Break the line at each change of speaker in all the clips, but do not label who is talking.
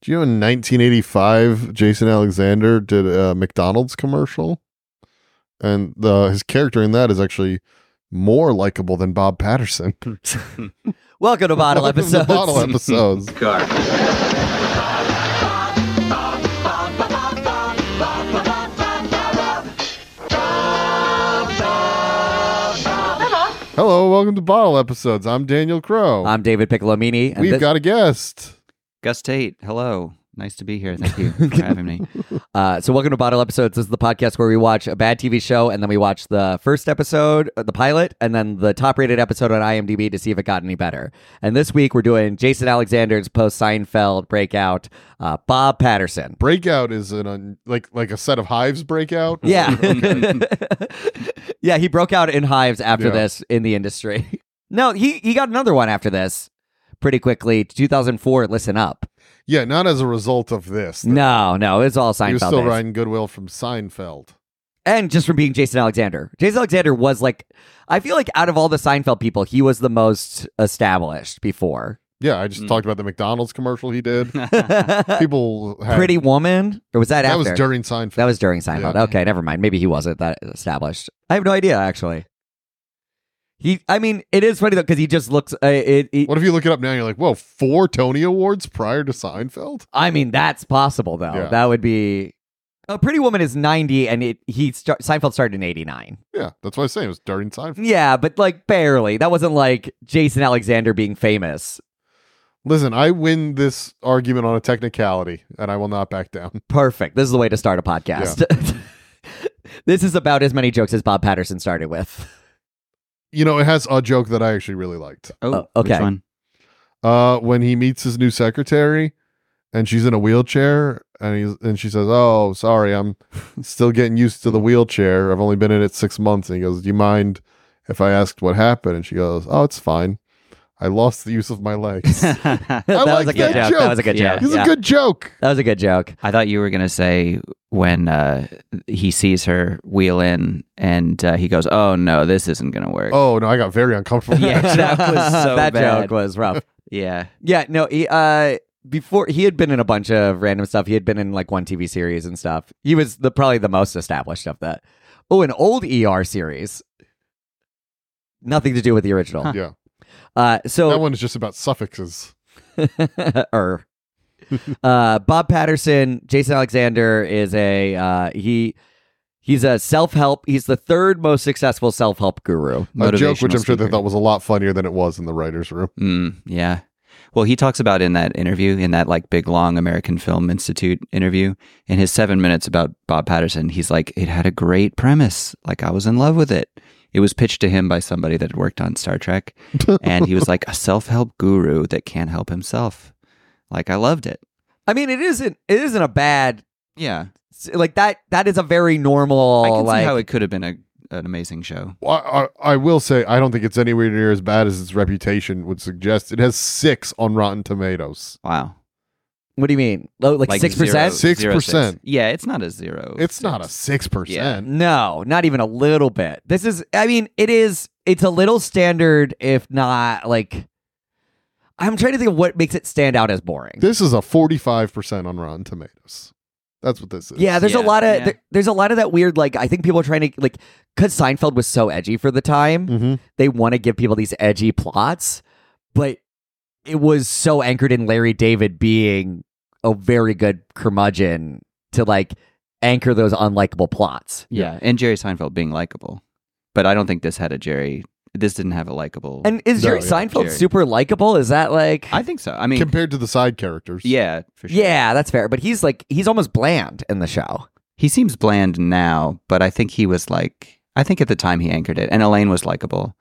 Do you know in 1985, Jason Alexander did a McDonald's commercial, and the, his character in that is actually more likable than Bob Patterson.
Welcome to
Welcome
Bottle
to
Episodes.
Bottle episodes. Hello, welcome to Bottle Episodes. I'm Daniel Crow.
I'm David Piccolomini. And
We've
thi-
got a guest.
Gus Tate, hello. Nice to be here. Thank you for having me.
uh, so, welcome to Bottle Episodes. This is the podcast where we watch a bad TV show and then we watch the first episode, uh, the pilot, and then the top rated episode on IMDb to see if it got any better. And this week we're doing Jason Alexander's post Seinfeld breakout, uh, Bob Patterson.
Breakout is an un, like like a set of hives breakout.
Yeah. yeah, he broke out in hives after
Yeah.
this in the industry. No, he, he got another one after this pretty quickly. 2004, Listen Up.
yeah. Not as a result of this.
No, no, it's all Seinfeld.
He was still
based.
riding Goodwill from Seinfeld.
and just from being Jason Alexander. Jason Alexander was like, I feel like out of all the Seinfeld people, he was the most established before.
Yeah, I just
Mm.
talked about the McDonald's commercial he did.
Oh,
Pretty
People had,
Woman, or was that,
Uh-huh. that
after?
was during Seinfeld.
That was during Seinfeld.
Yeah.
Okay, never mind. Maybe he wasn't that established. I have no idea actually. He, I mean, it is funny though because he just looks. Uh, it, he-
what if you look it up now? and You're like, whoa, four Tony Awards prior to Seinfeld.
I mean, that's possible though.
Yeah.
That would be. A Pretty Woman is ninety, and it he start, Seinfeld started in eighty nine.
Yeah, that's what I was saying. It was during Seinfeld.
Yeah, but like barely. That wasn't like Jason Alexander being famous.
Listen, I win this argument on a technicality, and I will not back down.
Perfect. This is the way to start a podcast. this is about as many jokes as Bob Patterson started with.
You know, it has a joke that I actually really liked.
Oh,
Oh,
okay.
Which one?
Uh, when he meets his new secretary, and she's in a wheelchair, and he's and she says, "Oh, sorry, I'm still getting used to the wheelchair. I've only been in it six months." And he goes, "Do you mind if I asked what happened?" And she goes, "Oh, it's fine. I lost the use of my legs."
that
like
was a
that
good joke. That
joke.
was a good
Yeah.
joke.
It's
Yeah.
a good joke.
that was a good joke.
I thought you were going to say when uh, he sees her wheel in and uh, he goes, oh, no, this isn't going to work.
Oh no, I got very uncomfortable.
Yeah. that was so
that
bad.
joke was rough.
Yeah.
yeah, no, he, uh, before he had been in a bunch of random stuff. He had been in like one TV series and stuff. He was the probably the most established of that. Oh, an old ER series. Nothing to do with the original.
Yeah.
Uh, so
That one is just about suffixes.
er. uh, Bob Patterson, Jason Alexander is a uh, he. He's a self help. He's the third most successful self help guru.
A joke
Motivational
which I'm sure they
speaker.
thought was a lot funnier than it was in the writers' room.
Mm, yeah. Well, he talks about in that interview, in that like big long American Film Institute interview, in his seven minutes about Bob Patterson, he's like, it had a great premise. Like, I was in love with it. It was pitched to him by somebody that had worked on Star Trek. And he was like, a self help guru that can't help himself. Like, I loved it.
I mean, it isn't. It isn't a bad
Yeah.
like that. That is a very normal.
I can
like,
see how it could have been a, an amazing show.
I, I, I will say I don't think it's anywhere near as bad as its reputation would suggest. It has six on Rotten Tomatoes.
Wow.
what do you mean? Low, like
Like
six percent?
Six percent.
Yeah, it's not a zero.
It's not a
six.
six percent.
No, not even a little bit. This is. I mean, it is. It's a little standard, if not like. I'm trying to think of what makes it stand out as boring.
This is a forty-five percent on Rotten Tomatoes. That's what this is.
Yeah, there's a
Yeah,
lot of
yeah.
there, there's a lot of that weird like I think people are trying to like because Seinfeld was so edgy for the time
Mm.
Mhm.
they want to give people these edgy plots, but it was so anchored in Larry David being a very good curmudgeon to like anchor those unlikable plots.
Yeah. And Jerry Seinfeld being likable. But I don't think this had a Jerry. This didn't have a likable.
And is
No,
Jerry
yeah,
Seinfeld
Jerry.
super likable? Is that like
I think so. I mean,
compared to the side characters.
yeah, for sure.
yeah, that's fair. But he's like he's almost bland in the show.
He seems bland now, but I think he was like, I think at the time he anchored it. And Elaine was likable.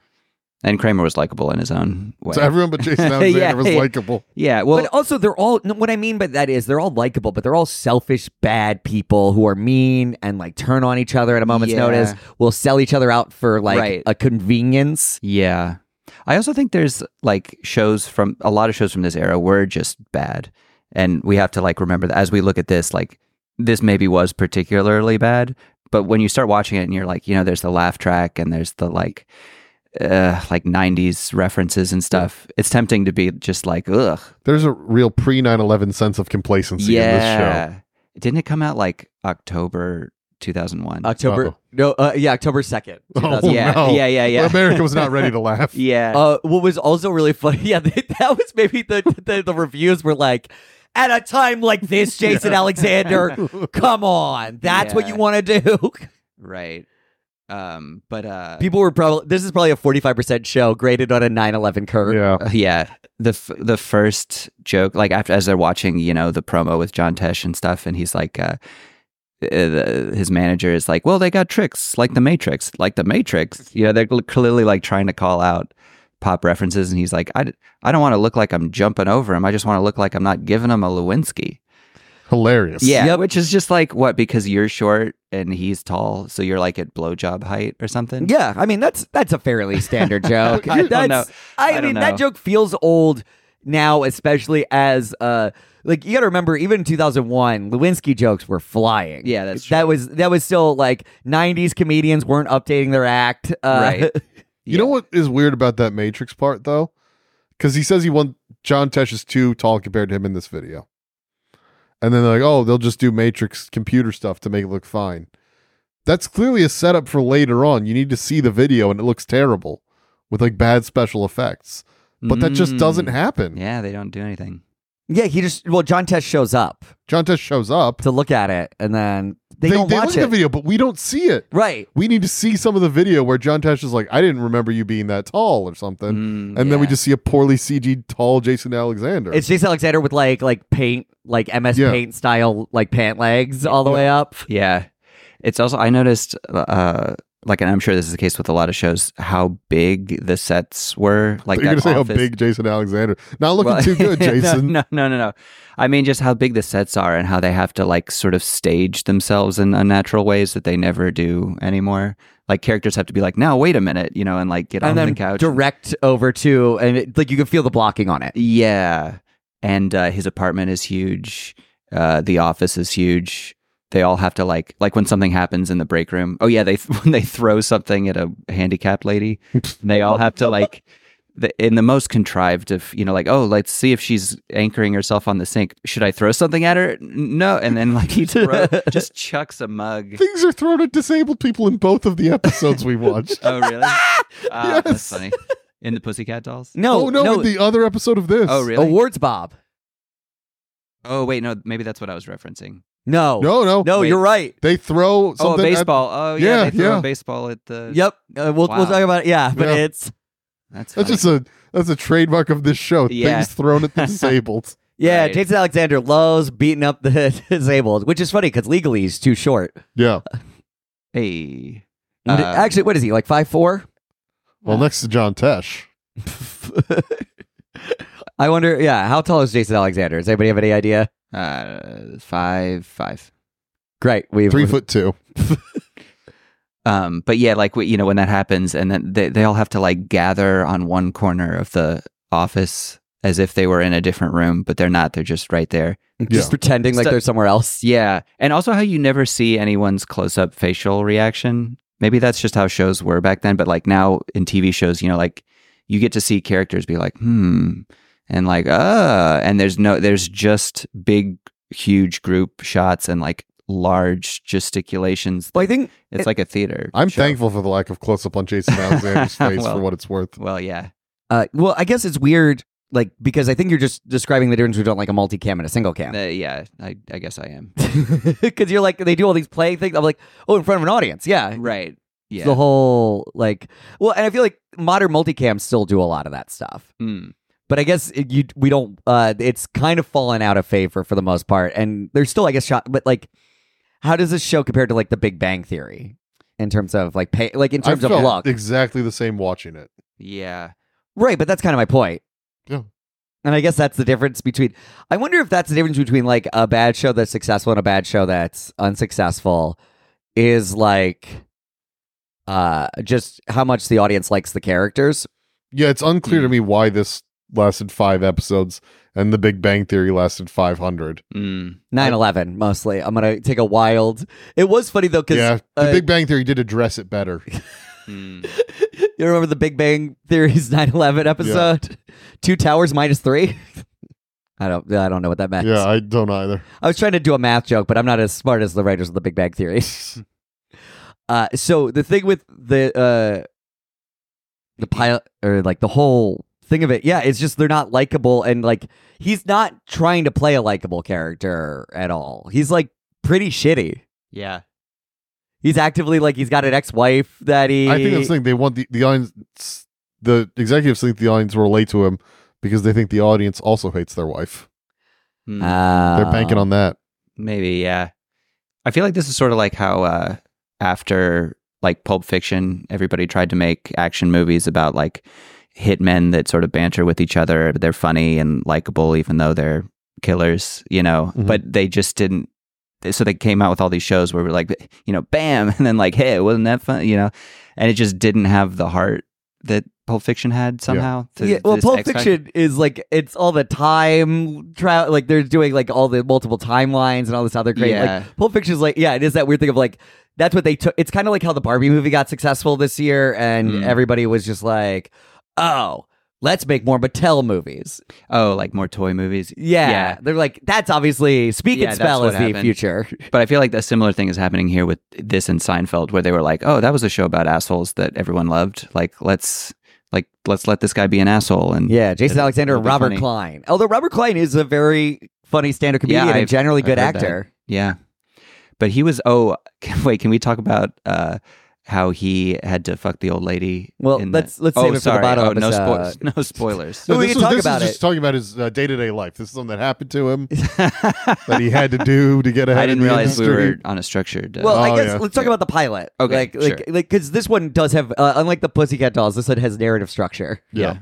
And Kramer was likable in his own way.
So everyone but Jason Alexander
Yeah,
was
yeah.
likable.
yeah. Well,
but also, they're all. no, What I mean by that is they're all likable, but they're all selfish, bad people who are mean and like turn on each other at a moment's
Yeah.
notice. Will sell each other out for like
Right.
a convenience.
yeah. I also think there's like shows from a lot of shows from this era were just bad. And we have to like remember that as we look at this, like this maybe was particularly bad. But when you start watching it and you're like, you know, there's the laugh track and there's the like uh, like 90s references and stuff, it's tempting to be just like, ugh.
There's a real pre 9 11 sense of complacency in this show.
Didn't it come out like October 2001?
October.
Uh-oh.
No, uh, yeah, October 2nd.
Oh,
2000.
yeah,
no.
yeah, yeah, yeah.
America was not ready to laugh.
yeah.
Uh, what was also really funny, yeah, that that was maybe the the, the reviews were like, at a time like this, Jason Alexander, come on, that's what you
Yeah.
want to do.
right. Um, but uh,
People were probably this is probably a forty five percent show graded on a 9-11 curve.
Yeah.
Uh, yeah the f- the first joke like after as they're watching you know the promo with John Tesh and stuff and he's like uh, uh, the- his manager is like well they got tricks like the matrix like the matrix you know they're cl- clearly like trying to call out pop references and he's like I, d- I don't want to look like I'm jumping over him I just want to look like I'm not giving him a Lewinsky
Hilarious.
yeah
Yep.
which is just like what because you're short and he's tall so you're like at blowjob height or something
Yeah, I mean that's that's a fairly standard joke.
I don't
That's-
know.
I,
I don't
mean that
know.
joke feels old now, especially as uh like you got to remember even in 2001, Lewinsky jokes were flying.
Yeah, that's
that was that was still like 90s comedians weren't updating their act. Uh,
Right.
You know what is weird about that Matrix part though? Because he says he won John Tesh is too tall compared to him in this video. And then they're like, oh, they'll just do Matrix computer stuff to make it look fine. That's clearly a setup for later on. You need to see the video and it looks terrible with like bad special effects. But that just
Mm.
doesn't happen.
yeah they don't do anything
yeah, he just well John Tesh shows up
John Tesh shows up.
to look at it and then they, don't
they
watch
look at the
it.
video, but we don't see it.
right.
We need to see some of the video where John Tesh is like, I didn't remember you being that tall or something.
Mm,
and then we
yeah.
just see a poorly CG tall Jason Alexander.
It's Jason Alexander with like like paint like MS
Yeah.
Paint style like pant legs all the way up.
Yeah. It's also, I noticed, uh, like, and I'm sure this is the case with a lot of shows, how big the sets were. Like,
you're gonna
that
say how
office-
big Jason Alexander. Not looking
Well,
too good,
no,
Jason.
no, no, no, no. I mean, just how big the sets are and how they have to, like, sort of stage themselves in unnatural ways that they never do anymore. Like, characters have to be like, now, wait a minute, you know, and, like, get
and
on
then
the couch.
direct over to and it, like you can feel the blocking on it.
yeah. And uh, his apartment is huge. Uh, the office is huge. They all have to like like when something happens in the break room. Oh yeah, they when they throw something at a handicapped lady, they all have to like the, in the most contrived of you know like oh let's see if she's anchoring herself on the sink. Should I throw something at her? N- No, and then like he throw, just chucks a mug.
Things are thrown at disabled people in both of the episodes we watched.
Oh really? Ah,
Yes.
That's funny. In the Pussycat Dolls.
No,
oh no, in the other episode of this.
Oh really?
awards, Bob.
Oh wait, no, maybe that's what I was referencing.
No,
No, no.
no,
wait.
you're right.
They throw something
Oh, a
at-
baseball. oh, yeah,
Yeah,
they throw
yeah.
a baseball at the.
Yep, uh, we'll
Wow.
we'll talk about it. Yeah, but
Yeah.
it's
that's
That's, funny.
just a that's a trademark of this show.
Yeah.
Things thrown at the disabled.
yeah.
Right.
Jason Alexander loves beating up the disabled, which is funny because legally he's too short.
yeah.
hey.
And
Um,
Actually, what is he like five four?
Well, next to John Tesh.
I wonder. Yeah, how tall is Jason Alexander? Does anybody have any idea?
Uh, five, five.
Great, we've
Three foot two.
Um, but yeah, like we, you know, when that happens, and then they they all have to like gather on one corner of the office as if they were in a different room, but they're not. They're just right there.
just
Yeah.
pretending like
Stu-
they're somewhere else.
Yeah, and also how you never see anyone's close up facial reaction. Maybe that's just how shows were back then, but like now in TV shows, you know, like you get to see characters be like, hmm, and like, uh, and there's no, there's just big, huge group shots and like large gesticulations.
Well, I think
It's like a theater.
I'm
show.
thankful for the lack of close up on Jason Alexander's face for
Well.
what it's worth.
Well, yeah.
Uh, well, I guess it's weird, like because I think you're just describing the difference between like a multi-cam and a single
Uh,
cam.
yeah, I, I guess I am.
Because you're like they do all these play things. I'm like, oh, in front of an audience, yeah.
Right. Yeah.
The whole like, well, and I feel like modern multicams still do a lot of that stuff.
Mm.
But I guess it, you we don't. Uh, it's kind of fallen out of favor for the most part, and there's still I guess shot, but like, how does this show compare to like The Big Bang Theory in terms of like pay, like in
I
terms of
felt
luck,
exactly the same watching it.
Yeah.
Right, but that's kind of my point.
Yeah.
And I guess that's the difference between. I wonder if that's the difference between like a bad show that's successful and a bad show that's unsuccessful is like uh just how much the audience likes the characters.
Yeah, it's unclear
Hmm.
to me why this lasted five episodes and the Big Bang Theory lasted five hundred.
Mm.
9/11 mostly. I'm going to take a wild. It was funny though cuz
Yeah, the
uh,
Big Bang Theory did address it better.
Mm.
You remember the Big Bang Theory's 9/11 episode? Two towers minus three. I don't. I don't know what that meant.
Yeah, I don't either.
I was trying to do a math joke, but I'm not as smart as the writers of the Big Bang Theory. uh, so the thing with the uh, the pilot or like the whole thing of it, yeah, it's just they're not likable, and like he's not trying to play a likable character at all. He's like pretty shitty.
Yeah.
He's actively like he's got an ex-wife that he.
I think that's the thing. They want the the audience, the executives think the audience relate to him because they think the audience also hates their wife.
Hmm.
Ah.
They're banking on that.
Maybe, yeah. I feel like this is sort of like how uh, after like Pulp Fiction, everybody tried to make action movies about like hitmen that sort of banter with each other. They're funny and likable, even though they're killers, you know.
Mhm.
But they just didn't. So they came out with all these shows where we're like, you know, bam, and then like, hey, wasn't that fun, you know? And it just didn't have the heart that Pulp Fiction had somehow. to-
yeah, well,
this
Pulp
X Factor.
Fiction is like it's all the time travel. Like they're doing like all the multiple timelines and all this other great.
Yeah.
Like Pulp Fiction is like yeah, it is that weird thing of like that's what they took. It's kind of like how the Barbie movie got successful this year, and
Mm.
everybody was just like, oh, let's make more Mattel movies.
Oh, like more toy movies.
Yeah,
Yeah.
they're like that's obviously Speak
Yeah,
and
that's
Spell
what
is the
happened.
future.
But I feel like a similar thing is happening here with this and Seinfeld, where they were like, "Oh, that was a show about assholes that everyone loved. Like, let's like let's let this guy be an asshole." And
Yeah, Jason
It'll-
Alexander
it'll
and
be
Robert
funny.
Klein. Although Robert Klein is a very funny stand-up comedian and
I've-
generally
I've
good
heard that.
actor.
yeah. But he was. Oh, can, wait. Can we talk about uh, how he had to fuck the old lady?
Well,
in
let's- let's
oh,
save it for the
sorry.
bottom
oh, no,
episode.
no spoilers.
So we
this
can
was-
talk
this
about
is
it.
just talking about his day to day life. This is something that happened to him that he had to do to get ahead.
I didn't
in the
realize we
industry.
were on a structured. Uh,
Well, I
Oh,
guess
yeah.
let's talk about the pilot.
Okay,
like, like,
sure.
like, because this one does have, uh, unlike the Pussycat Dolls, this one has narrative structure.
Yeah.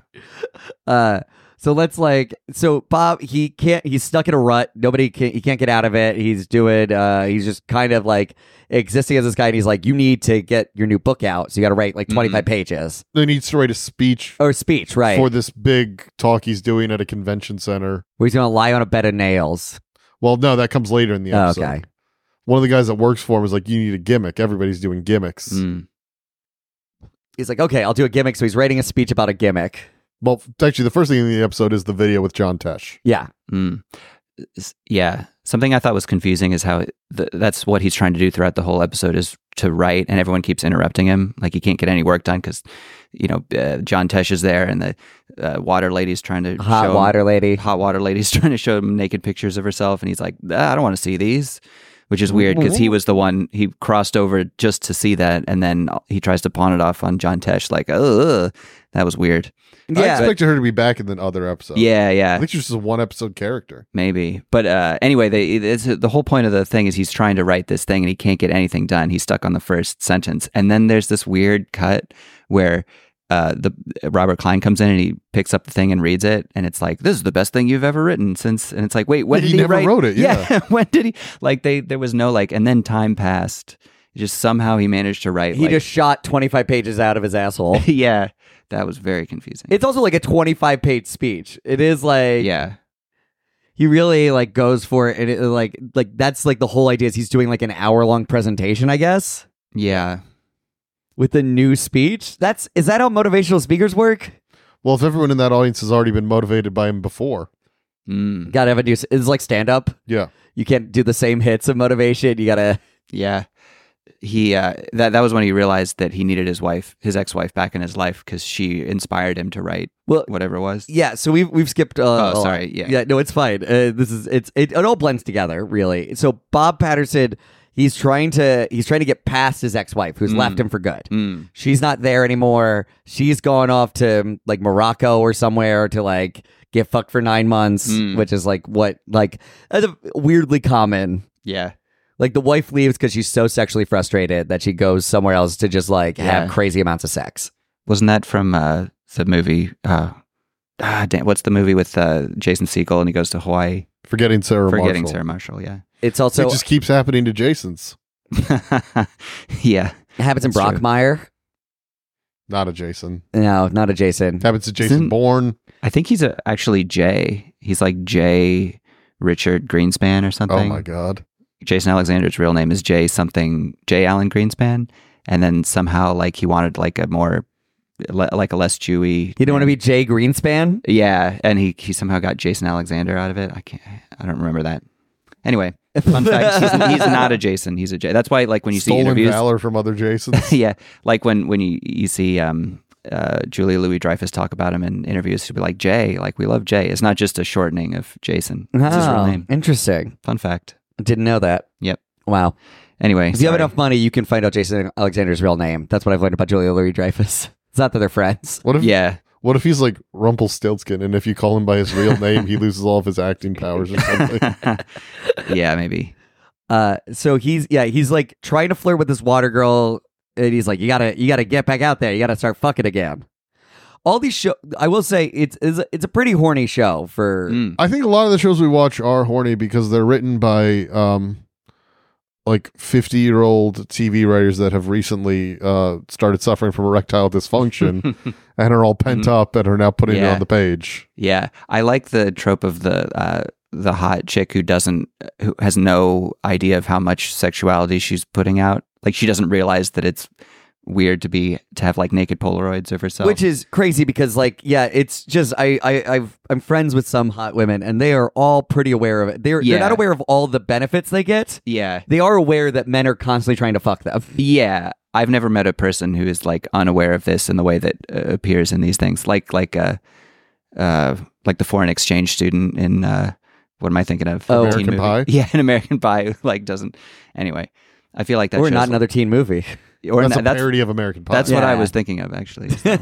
Uh, so let's like, so Bob, he can't, he's stuck in a rut. Nobody can, he can't get out of it. He's doing, uh, he's just kind of like existing as this guy, and he's like, you need to get your new book out, so you got to write like
Mhm.
twenty pages
He needs to write a speech
or speech, right?
for this big talk he's doing at a convention center.
Where he's gonna lie on a bed of nails.
Well, no, that comes later in the
Oh,
episode.
okay.
One of the guys that works for him is like, "You need a gimmick. Everybody's doing gimmicks."
mm.
He's like, okay, I'll do a gimmick. So he's writing a speech about a gimmick.
Well, actually, the first thing in the episode is the video with John Tesh.
Yeah,
Mm. S- Yeah. Something I thought was confusing is how it- th- that's what he's trying to do throughout the whole episode is to write, and everyone keeps interrupting him. Like he can't get any work done because, you know, uh, John Tesh is there, and the uh, water lady's trying to
hot
show him-
water lady.
hot water lady's trying to show him naked pictures of herself, and he's like, "Ah, I don't want to see these, which is weird because he
Mm-hmm.
was the one he crossed over just to see that, and then he tries to pawn it off on John Tesh, like, oh, that was weird.
I
Yeah,
expected her to be back in the other episode.
Yeah,
I
yeah.
think she's just a one episode character.
Maybe, but uh, anyway, they, it's, the whole point of the thing is he's trying to write this thing and he can't get anything done. He's stuck on the first sentence, and then there's this weird cut where uh, the Robert Klein comes in and he picks up the thing and reads it, and it's like this is the best thing you've ever written since. And it's like, wait, when
he
did he
never
write?
wrote it. Yeah.
when did he? Like they, there was no like, and then time passed. Just somehow he managed to write.
he
like-
just shot twenty five pages out of his asshole.
yeah, that was very confusing.
It's also like a 25 page speech. It is like
yeah,
he really like goes for it and it, like like that's like the whole idea is he's doing like an hour long presentation, I guess,
yeah.
with a new speech. That's is that how motivational speakers work?
Well, if everyone in that audience has already been motivated by him before,
Mm.
Got to have a new s- it's like stand up.
yeah,
You can't do the same hits of motivation. You got to
Yeah. He uh, that that was when he realized that he needed his wife, his ex-wife, back in his life because she inspired him to write
Well,
whatever it was.
yeah, so we've we've skipped uh, a
oh,
lot.
sorry. Yeah.
Yeah, no, it's fine. Uh, this is it's it, it all blends together, really. So Bob Patterson, he's trying to he's trying to get past his ex-wife who's
Mm.
left him for good.
Mm.
she's not there anymore. She's gone off to like Morocco or somewhere to like get fucked for nine months,
Mm.
which is like what like that's a weirdly common.
Yeah.
Like the wife leaves because she's so sexually frustrated that she goes somewhere else to just like
Yeah.
have crazy amounts of sex.
Wasn't that from uh, the movie? Uh, ah, damn, what's the movie with uh, Jason Segel and he goes to Hawaii?
forgetting Sarah.
Forgetting
Marshall.
Sarah Marshall. Yeah.
It's also
it just keeps happening to Jason's,
yeah.
it happens in
that's true.
Brockmire.
not a Jason.
No, not adjacent.
It happens to Jason
Isn't-
Bourne.
I think he's a, actually Jay. He's like Jay Richard Greenspan or something.
Oh my god.
Jason Alexander's real name is Jay something Jay Allen Greenspan, and then somehow like he wanted like a more le- like a less Jewy.
You don't want to be Jay Greenspan?
Yeah, and he he somehow got Jason Alexander out of it. I can't. I don't remember that. Anyway, fun fact: he's, he's not a Jason. He's a Jay. That's why, like when you see
Stolen
interviews,
valor from other Jasons.
yeah, like when when you you see um uh Julia Louis Dreyfus talk about him in interviews, she'll be like Jay. Like we love Jay. It's not just a shortening of Jason. It's his real
Oh,
name.
Interesting.
Fun fact.
Didn't know that.
Yep.
Wow.
Anyway,
If you have
sorry.
enough money, you can find out Jason Alexander's real name. That's what I've learned about Julia Louis Dreyfus. It's not that they're friends.
What if
Yeah,
What if he's like Rumpelstiltskin, and if you call him by his real name, he loses all of his acting powers or something?
yeah, maybe.
Uh, so he's yeah, he's like trying to flirt with this water girl, and he's like, you gotta you gotta get back out there. You gotta start fucking again. All these show, I will say, it's it's a, it's a pretty horny show for.
Mm.
I think a lot of the shows we watch are horny because they're written by um, like fifty-year-old TV writers that have recently uh, started suffering from erectile dysfunction and are all pent up and are now putting it
Yeah.
on the page.
Yeah, I like the trope of the uh, the hot chick who doesn't who has no idea of how much sexuality she's putting out. Like she doesn't realize that it's weird to be to have like naked Polaroids of herself.
Which is crazy because, like, yeah, it's just I, I I've, I'm friends with some hot women, and they are all pretty aware of it. They're
Yeah.
they're not aware of all the benefits they get.
yeah,
They are aware that men are constantly trying to fuck them.
yeah. I've never met a person who is like unaware of this in the way that uh, appears in these things. Like like uh, uh like the foreign exchange student in uh what am I thinking of?
Oh.
Teen
American Pie?
movie. Yeah, an American Pie who like doesn't. Anyway, I feel like that
or
shows-
not another teen movie.
or
that's
not-
a parody of American Pie.
That's what I
Yeah.
was thinking of, actually.
I've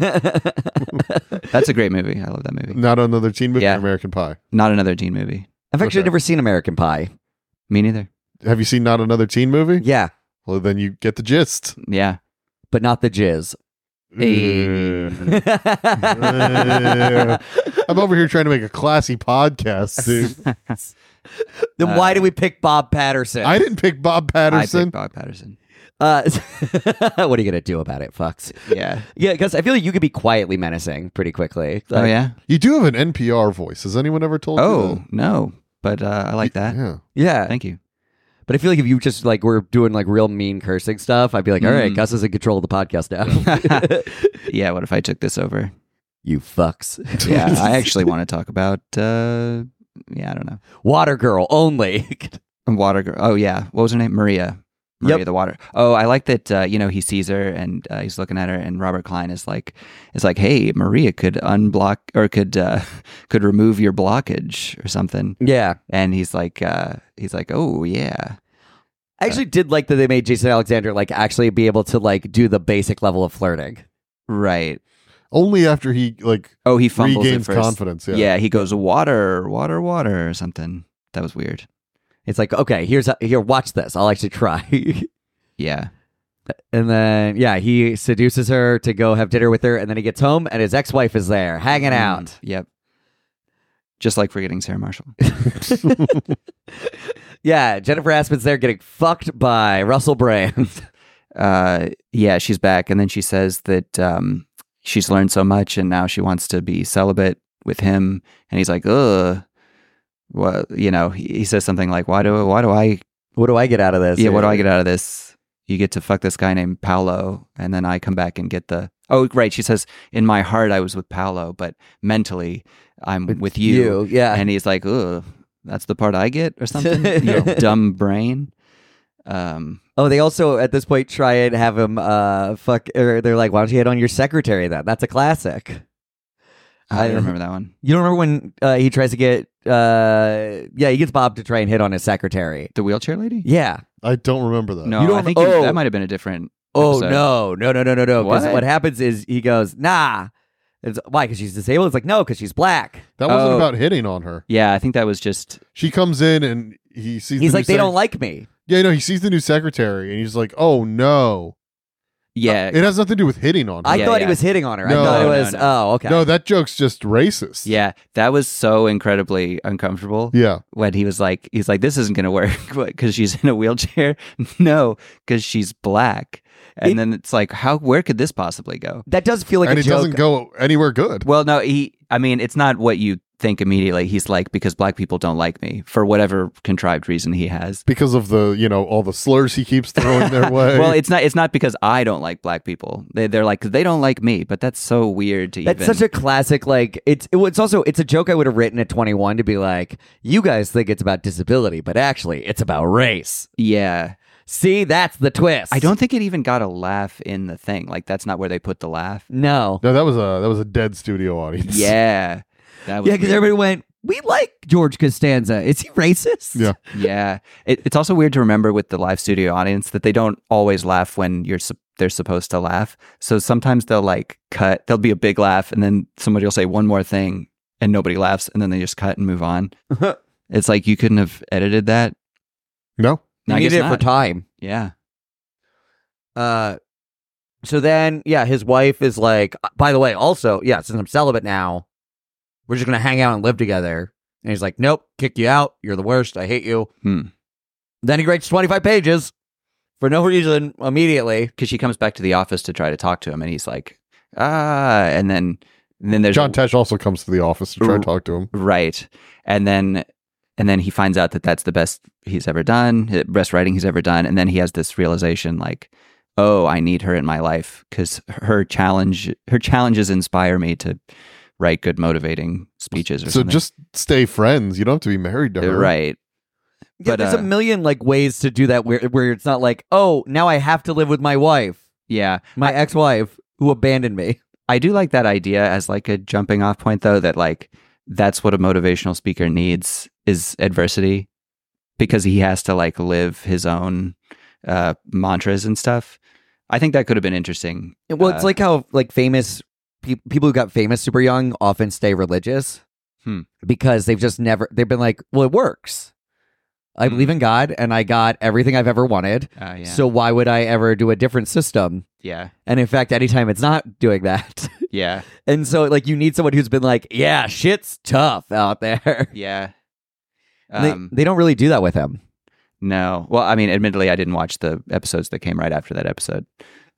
That's a great movie. I love that movie.
not another teen movie.
Yeah.
American Pie.
Not another teen movie.
actually
Okay.
never seen American Pie.
Me neither.
Have you seen Not Another Teen Movie?
Yeah,
Well, then you get the gist.
Yeah.
but not the jizz.
Hey.
Ugh. I'm over here trying to make a classy podcast, dude.
then why
Uh,
do we pick Bob Patterson?
I didn't pick Bob
I
Patterson.
picked Bob Patterson.
uh, what are you gonna do about it, fucks?
Yeah.
Yeah, because I feel like you could be quietly menacing pretty quickly.
oh yeah.
You do have an NPR voice. Has anyone ever told
Oh
you?
no, but uh, I like
that?
that.
Yeah.
yeah.
Thank you.
But I feel like if you just like were doing like real mean cursing stuff, I'd be like, all right,
Mm.
Gus is in control of the podcast now.
Yeah. What if I took this over?
you fucks.
Yeah. I actually want to talk about. Uh, yeah, I don't know.
Water girl only.
And Water girl. Oh yeah. What was her name? Maria. Maria
Yep.
the water. Oh, I like that. Uh, you know, he sees her and uh, he's looking at her, and Robert Klein is like, is like, hey, Maria could unblock or could uh, could remove your blockage or something.
yeah.
And he's like, uh, he's like, oh yeah,
I actually did like that they made Jason Alexander like actually be able to like do the basic level of flirting.
right.
Only after he like
Oh, he fumbles at
regains
first.
confidence. Yeah.
yeah. he goes water, water, water, or something. That was weird.
It's like, okay, here's a, here, watch this. I'll actually try.
Yeah,
and then yeah, he seduces her to go have dinner with her, and then he gets home and his ex wife is there hanging out.
Mm, yep. Just like forgetting Sarah Marshall.
Yeah, Jennifer Aspen's there getting fucked by Russell Brand.
uh, yeah, she's back, and then she says that um, she's learned so much, and now she wants to be celibate with him. And he's like, ugh. Well, you know, he, he says something like, "Why do why do I
what do I get out of this?
yeah What do I get out of this? You get to fuck this guy named Paolo, and then I come back and get the oh right." She says, "In my heart, I was with Paolo, but mentally, I'm with, you.
Yeah.
And he's like, ugh, that's the part I get or something. Your dumb brain. Um,
oh, they also at this point try and have him uh fuck or they're like, why don't you hit on your secretary then? That's a classic.
I
I-
don't remember that one.
You don't remember when uh, he tries to get uh yeah, he gets Bob to try and hit on his secretary.
The wheelchair lady?
Yeah.
I don't remember that.
No,
You don't
I
remem-
think you-
oh.
that might have been a different.
Oh
episode.
no, no, no, no, no, no. Because
What?
what happens is he goes, nah. It's, why? Because she's disabled. It's like no, because she's black.
That wasn't
Oh.
about hitting on her.
Yeah, I think that was just.
She comes in and he sees.
He's
the
like,
new
they don't
sec-
like me.
Yeah, no. He sees the new secretary and he's like, "Oh no!"
Yeah,
Oh,
It has nothing to do with hitting on her.
I
Yeah,
thought
yeah.
he was hitting on her. I
No.
thought it
No,
no,
was.
no.
Oh, okay.
No, that joke's just racist.
yeah, that was so incredibly uncomfortable
Yeah.
when he was like, he's like, this isn't gonna work because she's in a wheelchair. no, because she's black. And
It-
then it's like, how? Where could this possibly go?
that does feel like
and
a
it
joke.
doesn't go anywhere good.
Well, no, he. I mean, it's not what you think immediately he's like because black people don't like me for whatever contrived reason he has.
because of the you know all the slurs he keeps throwing their way.
Well, it's not. It's not because I don't like black people. They, they're like they don't like me, but that's so weird to
That's
even.
such a classic. Like it's it, it's also it's a joke I would have written at 21 to be like, you guys think it's about disability, but actually it's about race.
yeah.
See, that's the twist.
I don't think it even got a laugh in the thing. Like that's not where they put the laugh.
No.
no, that was a that was a dead studio audience.
Yeah. That was
Yeah, because
weird.
everybody went. We like George Costanza. Is he racist?
Yeah.
yeah. It, it's also weird to remember with the live studio audience that they don't always laugh when you're sup- they're supposed to laugh. So sometimes they'll like cut. There'll be a big laugh, and then somebody will say one more thing, and nobody laughs, and then they just cut and move on. it's like you couldn't have edited that.
No.
No,
You
I guess
needed it for
not.
time.
yeah.
Uh, so then, yeah, his wife is like, uh, by the way, also, yeah, since I'm celibate now, we're just gonna hang out and live together. And he's like, nope, kick you out. You're the worst. I hate you.
Hmm.
Then he writes 25 pages for no reason immediately.
because she comes back to the office to try to talk to him, and he's like, ah, and then and then there's
John Tesh also comes to the office to try
Ooh.
to talk to him.
right, and then and then he finds out that that's the best he's ever done, the best writing he's ever done, and then he has this realization like, oh, I need her in my life because her challenge, her challenges inspire me to write good, motivating speeches. Or
So
something. Uh,
just stay friends. You don't have to be married to her.
right,
Yeah,
But,
there's
uh,
a million like ways to do that where where it's not like, oh, now I have to live with my wife,
yeah.
my ex-wife who abandoned me.
I do like that idea as like a jumping off point though that like that's what a motivational speaker needs is adversity because he has to like live his own uh mantras and stuff. I think that could have been interesting.
Well, it's
Uh,
like how like famous pe- people who got famous super young often stay religious
Hmm.
because they've just never they've been like, well, it works. I
Hmm.
believe in God and I got everything I've ever wanted.
uh, yeah.
So why would I ever do a different system?
yeah.
And in fact, anytime it's not doing that.
Yeah.
and so like you need someone who's been like, yeah, shit's tough out there.
Yeah.
And they-
Um
they don't really do that with him.
no. Well, I mean, admittedly I didn't watch the episodes that came right after that episode.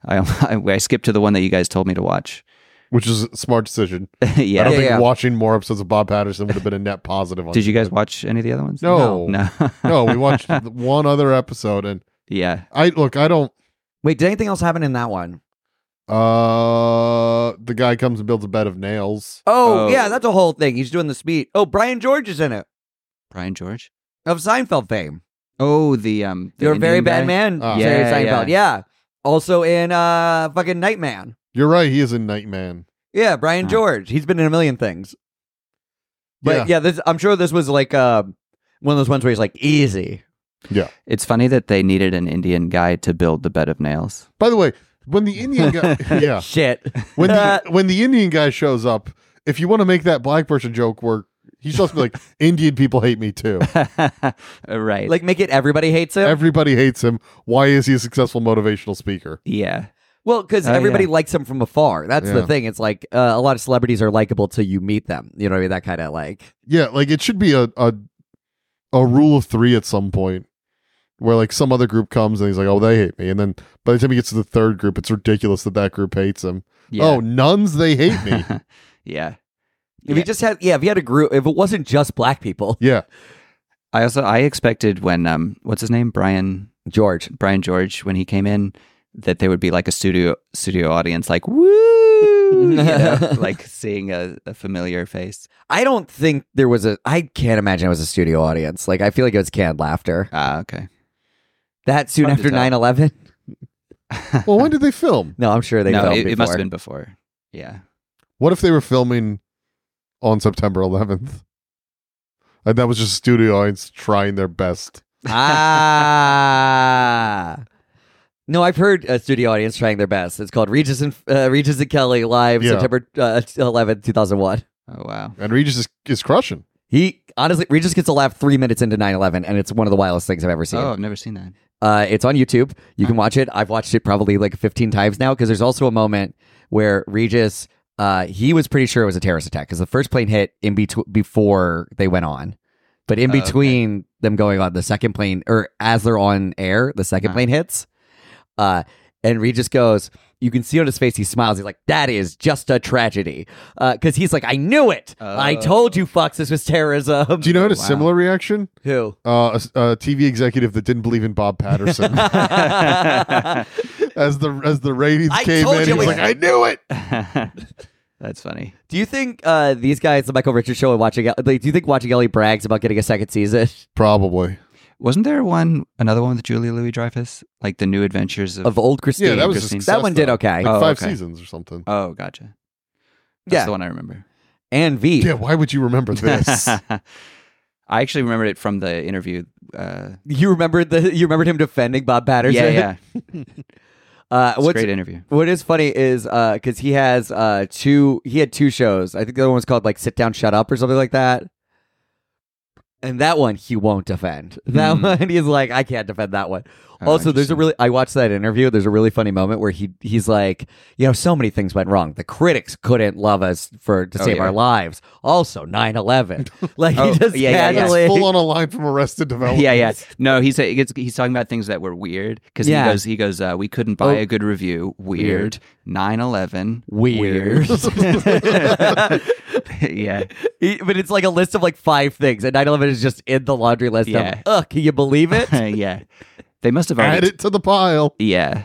I I, I skipped to the one that you guys told me to watch.
Which is a smart decision. I
yeah.
don't
Yeah,
think
yeah.
watching more episodes of Bob Patterson would have been a net positive. On
Did you guys watch any of the other ones?
No.
No.
no, we watched th- one other episode, and
yeah.
I look. I don't.
Wait, did anything else happen in that one?
Uh, the guy comes and builds a bed of nails.
Oh,
Oh.
yeah, that's a whole thing. He's doing the speech. Oh, Brian George is in it
Brian George?
of Seinfeld fame.
Oh, the um, the
You're a very
Indian
bad
guy?
man,
Oh.
Jerry
Yeah,
Seinfeld. Yeah. Also in uh fucking Nightman.
You're right. He is in Nightman.
Yeah, Brian
Oh.
George. He's been in a million things.
Yeah.
But yeah, this I'm sure this was like uh, one of those ones where he's like easy.
It's funny that they needed an Indian guy to build the bed of nails.
By the way, when the Indian guy, yeah,
Shit.
when
Uh,
the, when the Indian guy shows up, if you want to make that black person joke work, he's supposed to be like, Indian people hate me too.
right.
like make it everybody hates him.
Everybody hates him. Why is he a successful motivational speaker?
yeah.
Well, because
Oh,
everybody
yeah.
likes him from afar. That's the
Yeah.
thing. It's like uh, a lot of celebrities are likable till you meet them. You know what I mean? That kind of like.
Yeah, like it should be a a, a rule of three at some point. Where like some other group comes and he's like, oh, they hate me, and then by the time he gets to the third group, it's ridiculous that that group hates him.
Yeah.
Oh, nuns, they hate me.
yeah.
If he
Yeah.
just had, yeah, if he had a group, if it wasn't just black people,
yeah,
I also I expected when um what's his name Brian
George.
Brian George when he came in that there would be like a studio studio audience like woo you know, like seeing a, a familiar face.
I don't think there was a. I can't imagine it was a studio audience. Like I feel like it was canned laughter.
Ah, okay.
That soon
Hard
after
to tell.
9-11?
well, when did they film?
No, I'm sure they
no,
filmed
it, it must have
before.
been before. Yeah.
What if they were filming on September 11th? And that was just a studio audience trying their best.
ah. No, I've heard a studio audience trying their best. It's called Regis and uh, Regis and Kelly live
Yeah.
September uh, 11, 2001.
Oh wow.
And Regis is, is crushing.
He honestly Regis gets a laugh 3 minutes into 9/11 and it's one of the wildest things I've ever seen.
Oh, I've never seen that.
Uh, it's on YouTube. You
Uh-huh.
can watch it. I've watched it probably like 15 times now because there's also a moment where Regis, uh, he was pretty sure it was a terrorist attack because the first plane hit in between before they went on, but in
Oh, okay.
between them going on, the second plane or as they're on air, the 2nd
Uh-huh.
plane hits, uh, and Regis goes, you can see on his face he smiles. He's like, "That is just a tragedy," because he's like, "I knew it. I
Oh.
told you, Fox, this was terrorism."
Do you know what a
Wow.
similar reaction?
Who?
Uh, a, s- a TV executive that didn't believe in Bob Patterson
I
as the as the ratings
I
came
told
in.
you
He's
it
like, I
was-
knew it.
That's funny.
Do you think uh, these guys, the Michael Richards show, and watching, like, do you think watching Ellie brags about getting a second season
Probably.
Wasn't there one another one with Julia Louis Dreyfus, like the New Adventures of?
of Old Christine?
Yeah, that was a
Christine.
success,
That one did
though. Uh,
okay.
Like
Oh,
five
okay.
seasons or something.
oh, gotcha. That's
Yeah.
the one I remember.
and V.
Yeah, why would you remember this?
I actually remembered it from the interview. Uh,
You remembered the you remembered him defending Bob Patterson.
yeah, yeah,
Uh,
it's a
what's
great interview.
What is funny is because he has uh two he had two shows. I think the other one was called like Sit Down Shut Up or something like that. And that one he won't defend. That
Hmm.
one he's like, I can't defend that one.
Oh,
also, there's a
interesting.
really I watched that interview. There's a really funny moment where he he's like, you know, so many things went wrong. The critics couldn't love us for to
Oh,
save
yeah.
our lives. Also, 9-11. like
Oh,
he just
yeah, yeah, yeah.
casually-
Full on a line from Arrested
Oh,
Development.
yeah, yeah. No, he's he gets, he's talking about things that were weird because
Yeah.
he goes he goes uh, we couldn't buy
Oh.
a good review.
Weird.
Weird. 9-11.
Weird.
yeah.
He- but it's like a list of like five things, and 9 11 is just in the laundry list
Yeah.
of, ugh, can you believe it?
yeah. They must have
Add
already
it to the pile.
Yeah.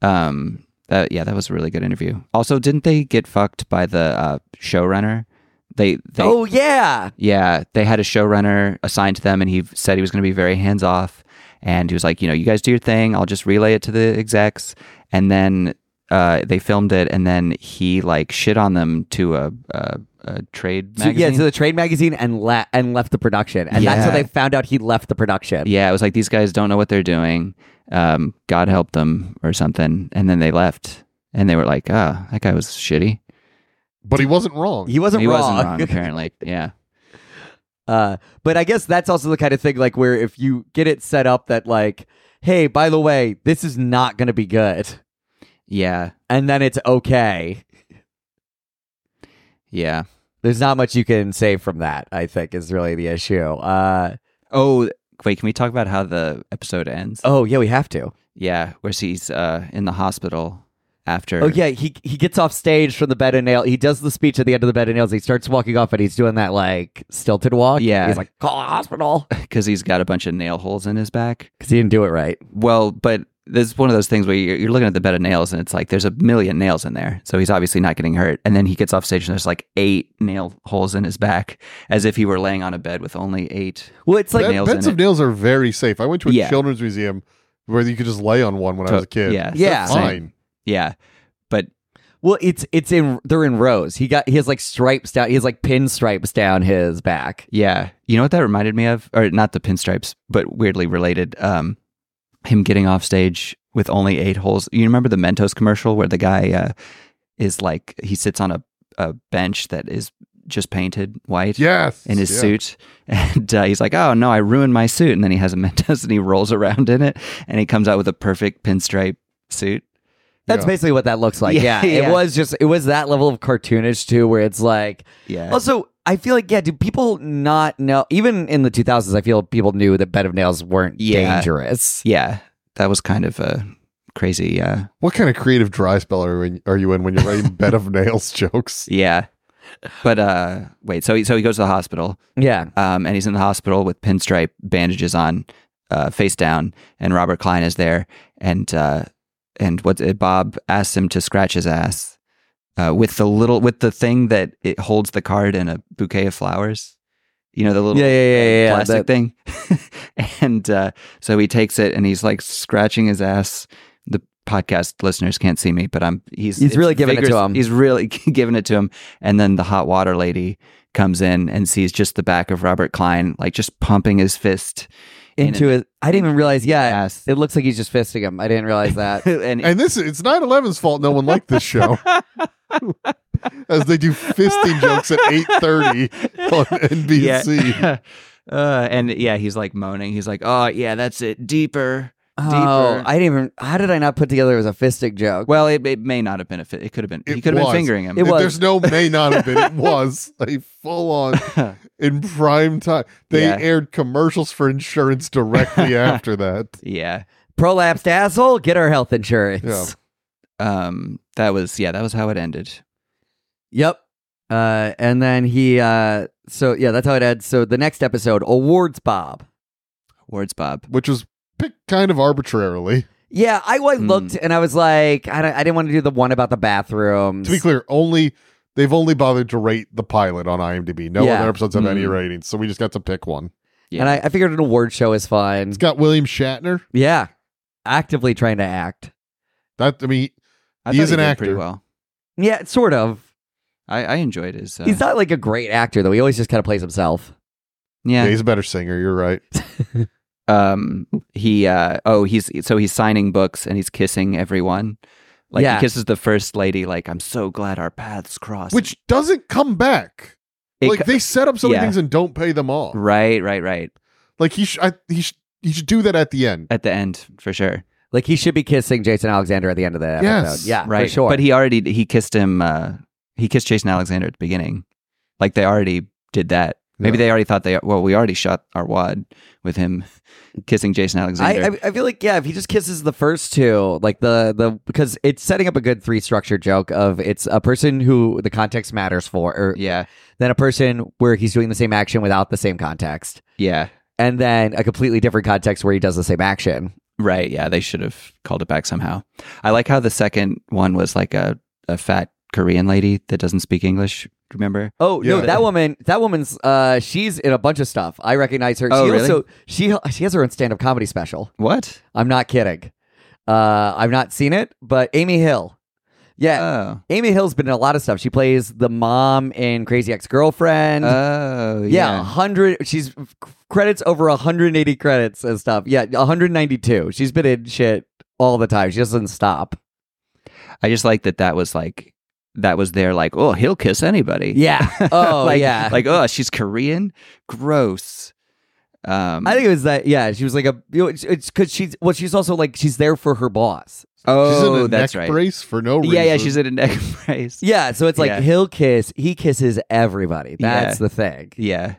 Um that yeah, that was a really good interview. Also, didn't they get fucked by the uh showrunner? They they
oh, yeah.
Yeah, they had a showrunner assigned to them, and he said he was going to be very hands off. And he was like, you know, you guys do your thing. I'll just relay it to the execs. And then uh, they filmed it, and then he like shit on them to a, a, a trade
To,
magazine.
yeah, to the trade magazine and la- and left the production. And that's how they
Yeah.
found out he left the production.
yeah, it was like these guys don't know what they're doing. Um, God help them or something. And then they left, and they were like, ah, that guy was shitty.
But he wasn't wrong.
He wasn't
he
wrong.
wasn't wrong apparently. Yeah.
Uh, but I guess that's also the kind of thing like where if you get it set up that like, hey, by the way, this is not going to be good,
Yeah.
and then it's okay.
Yeah.
There's not much you can save from that. I think is really the issue. Uh,
Oh, wait. Can we talk about how the episode ends?
oh yeah, we have to.
Yeah, where he's uh, in the hospital after.
Oh yeah, he he gets off stage from the bed and nail. He does the speech at the end of the bed and nails. He starts walking off, and he's doing that like stilted walk.
Yeah.
he's like call a hospital
because he's got a bunch of nail holes in his back.
because he didn't do it right.
Well, but there's one of those things where you're, you're looking at the bed of nails and it's like there's a million nails in there, so he's obviously not getting hurt. And then he gets off stage and there's like eight nail holes in his back, as if he were laying on a bed with only eight.
Well, it's like
Bed-
nails
beds
in
of
it.
nails are very safe. I went to a
Yeah.
children's museum where you could just lay on one when I was a kid.
Yeah,
Yeah.
That's fine.
yeah, but
well, it's it's in they're in rows. He got he has like stripes down. He has like pinstripes down his back.
yeah, you know what that reminded me of, or not the pinstripes, but weirdly related. Um, him getting off stage with only eight holes. You remember the Mentos commercial where the guy uh, is like he sits on a, a bench that is just painted white.
Yes.
in his
Yeah.
suit. And uh, he's like, oh no, I ruined my suit. And then he has a Mentos and he rolls around in it and he comes out with a perfect pinstripe suit.
That's
Yeah.
basically what that looks like. Yeah,
Yeah,
it
yeah.
was just it was that level of cartoonish too, where it's like
Yeah.
Also, I feel like yeah, do people not know? Even in the 2000s, I feel people knew that bed of nails weren't
Yeah.
dangerous.
yeah. That was kind of a crazy. Uh,
What kind of creative dry spell are, in- are you in when you're writing bed of nails jokes?
yeah. But uh, wait, so he, so he goes to the hospital
Yeah,
um, and he's in the hospital with pinstripe bandages on, uh, face down. And Robert Klein is there. And, uh, and what uh, Bob asks him to scratch his ass. Uh, with the little, with the thing that it holds the card and a bouquet of flowers, you know the little
yeah, yeah, yeah, yeah.
plastic
that-
thing. and uh, so he takes it and he's like scratching his ass. The podcast listeners can't see me, but I'm he's
He's
it's
really giving it to
vigorous-
him.
He's really giving it to him. And then the hot water lady comes in and sees just the back of Robert Klein, like just pumping his fist
into it. I didn't even realize. Yeah,
ass.
it looks like he's just fisting him. I didn't realize that.
and
And this it's 9/11's fault no one liked this show. As they do fisting jokes at 8:30 on NBC.
yeah. Uh, and yeah, he's like moaning. He's like, "Oh yeah, that's it. Deeper."
oh, I didn't even. How did I not put together it was a fistic joke?
Well, it, it may not have been a fit. It could have been. he
It
could have
was.
been fingering him.
It
If
was.
There's no may not have been. It was a full on in prime time. They
Yeah.
aired commercials for insurance directly after that.
yeah.
Prolapsed asshole, get our health insurance.
Yeah.
um, that was yeah, that was how it ended.
Yep. Uh, and then he, uh, so yeah, that's how it ends. So the next episode, awards Bob.
Words, Bob.
which was picked kind of arbitrarily.
Yeah, I, I
Hmm.
looked and I was like, I, don't- I didn't want to do the one about the bathrooms.
To be clear, only they've only bothered to rate the pilot on IMDb. No
Yeah.
other episodes have any
Mm.
ratings, so we just got to pick one.
Yeah.
And I, I figured an award show is fun.
Mm.
It's got William Shatner.
Yeah. Actively trying to act.
That I mean,
I
He
thought
is an
did pretty
actor.
well.
Yeah, sort of.
I, I enjoyed his. Uh,
He's not like a great actor, though. He always just kind of plays himself.
yeah.
yeah.
he's a better singer. You're right.
Um. He. Uh. Oh. He's so he's signing books and he's kissing everyone. Like
Yeah.
he kisses the first lady. Like I'm so glad our paths crossed.
Which doesn't come back.
It
like
co-
they set up so
yeah.
many things and don't pay them off.
right, right, right.
Like he should, he should, he should do that at the end.
At the end, for sure.
Like he should be kissing Jason Alexander at the end of the
Yes.
episode. Yeah,
right.
for sure.
But he already he kissed him. Uh, he kissed Jason Alexander at the beginning. Like they already did that. Maybe
Yeah.
they already thought they. Well, we already shot our wad with him kissing Jason Alexander.
I, I I feel like yeah, if he just kisses the first two, like the the because it's setting up a good three structure joke of it's a person who the context matters for, or
yeah,
then a person where he's doing the same action without the same context,
yeah,
and then a completely different context where he does the same action.
right. Yeah, they should have called it back somehow. I like how the second one was like a a fat Korean lady that doesn't speak English. Remember?
Oh no,
Yeah.
that woman, that woman's uh, she's in a bunch of stuff. I recognize her.
Oh,
she
really?
also she she has her own stand up comedy special.
What?
I'm not kidding. Uh, I've not seen it, but Amy Hill. Yeah,
Oh,
Amy Hill's been in a lot of stuff. She plays the mom in Crazy Ex Girlfriend.
oh,
yeah,
yeah.
100. She's credits over 180 credits and stuff. Yeah, 192. She's been in shit all the time. She doesn't stop.
I just like that. That was like that was their like. Oh, he'll kiss anybody.
Yeah. Oh,
like,
yeah.
Like, oh, she's Korean. Gross. Um,
I think it was that. Yeah, she was like a. You know, it's- it's because she's well. She's also like she's there for her boss.
she's in
Oh,
a
that's
neck
right.
brace for no reason.
yeah, yeah, she's in a neck brace.
Yeah, so it's like
Yeah.
he'll kiss. He kisses everybody. That's
Yeah.
the thing.
yeah.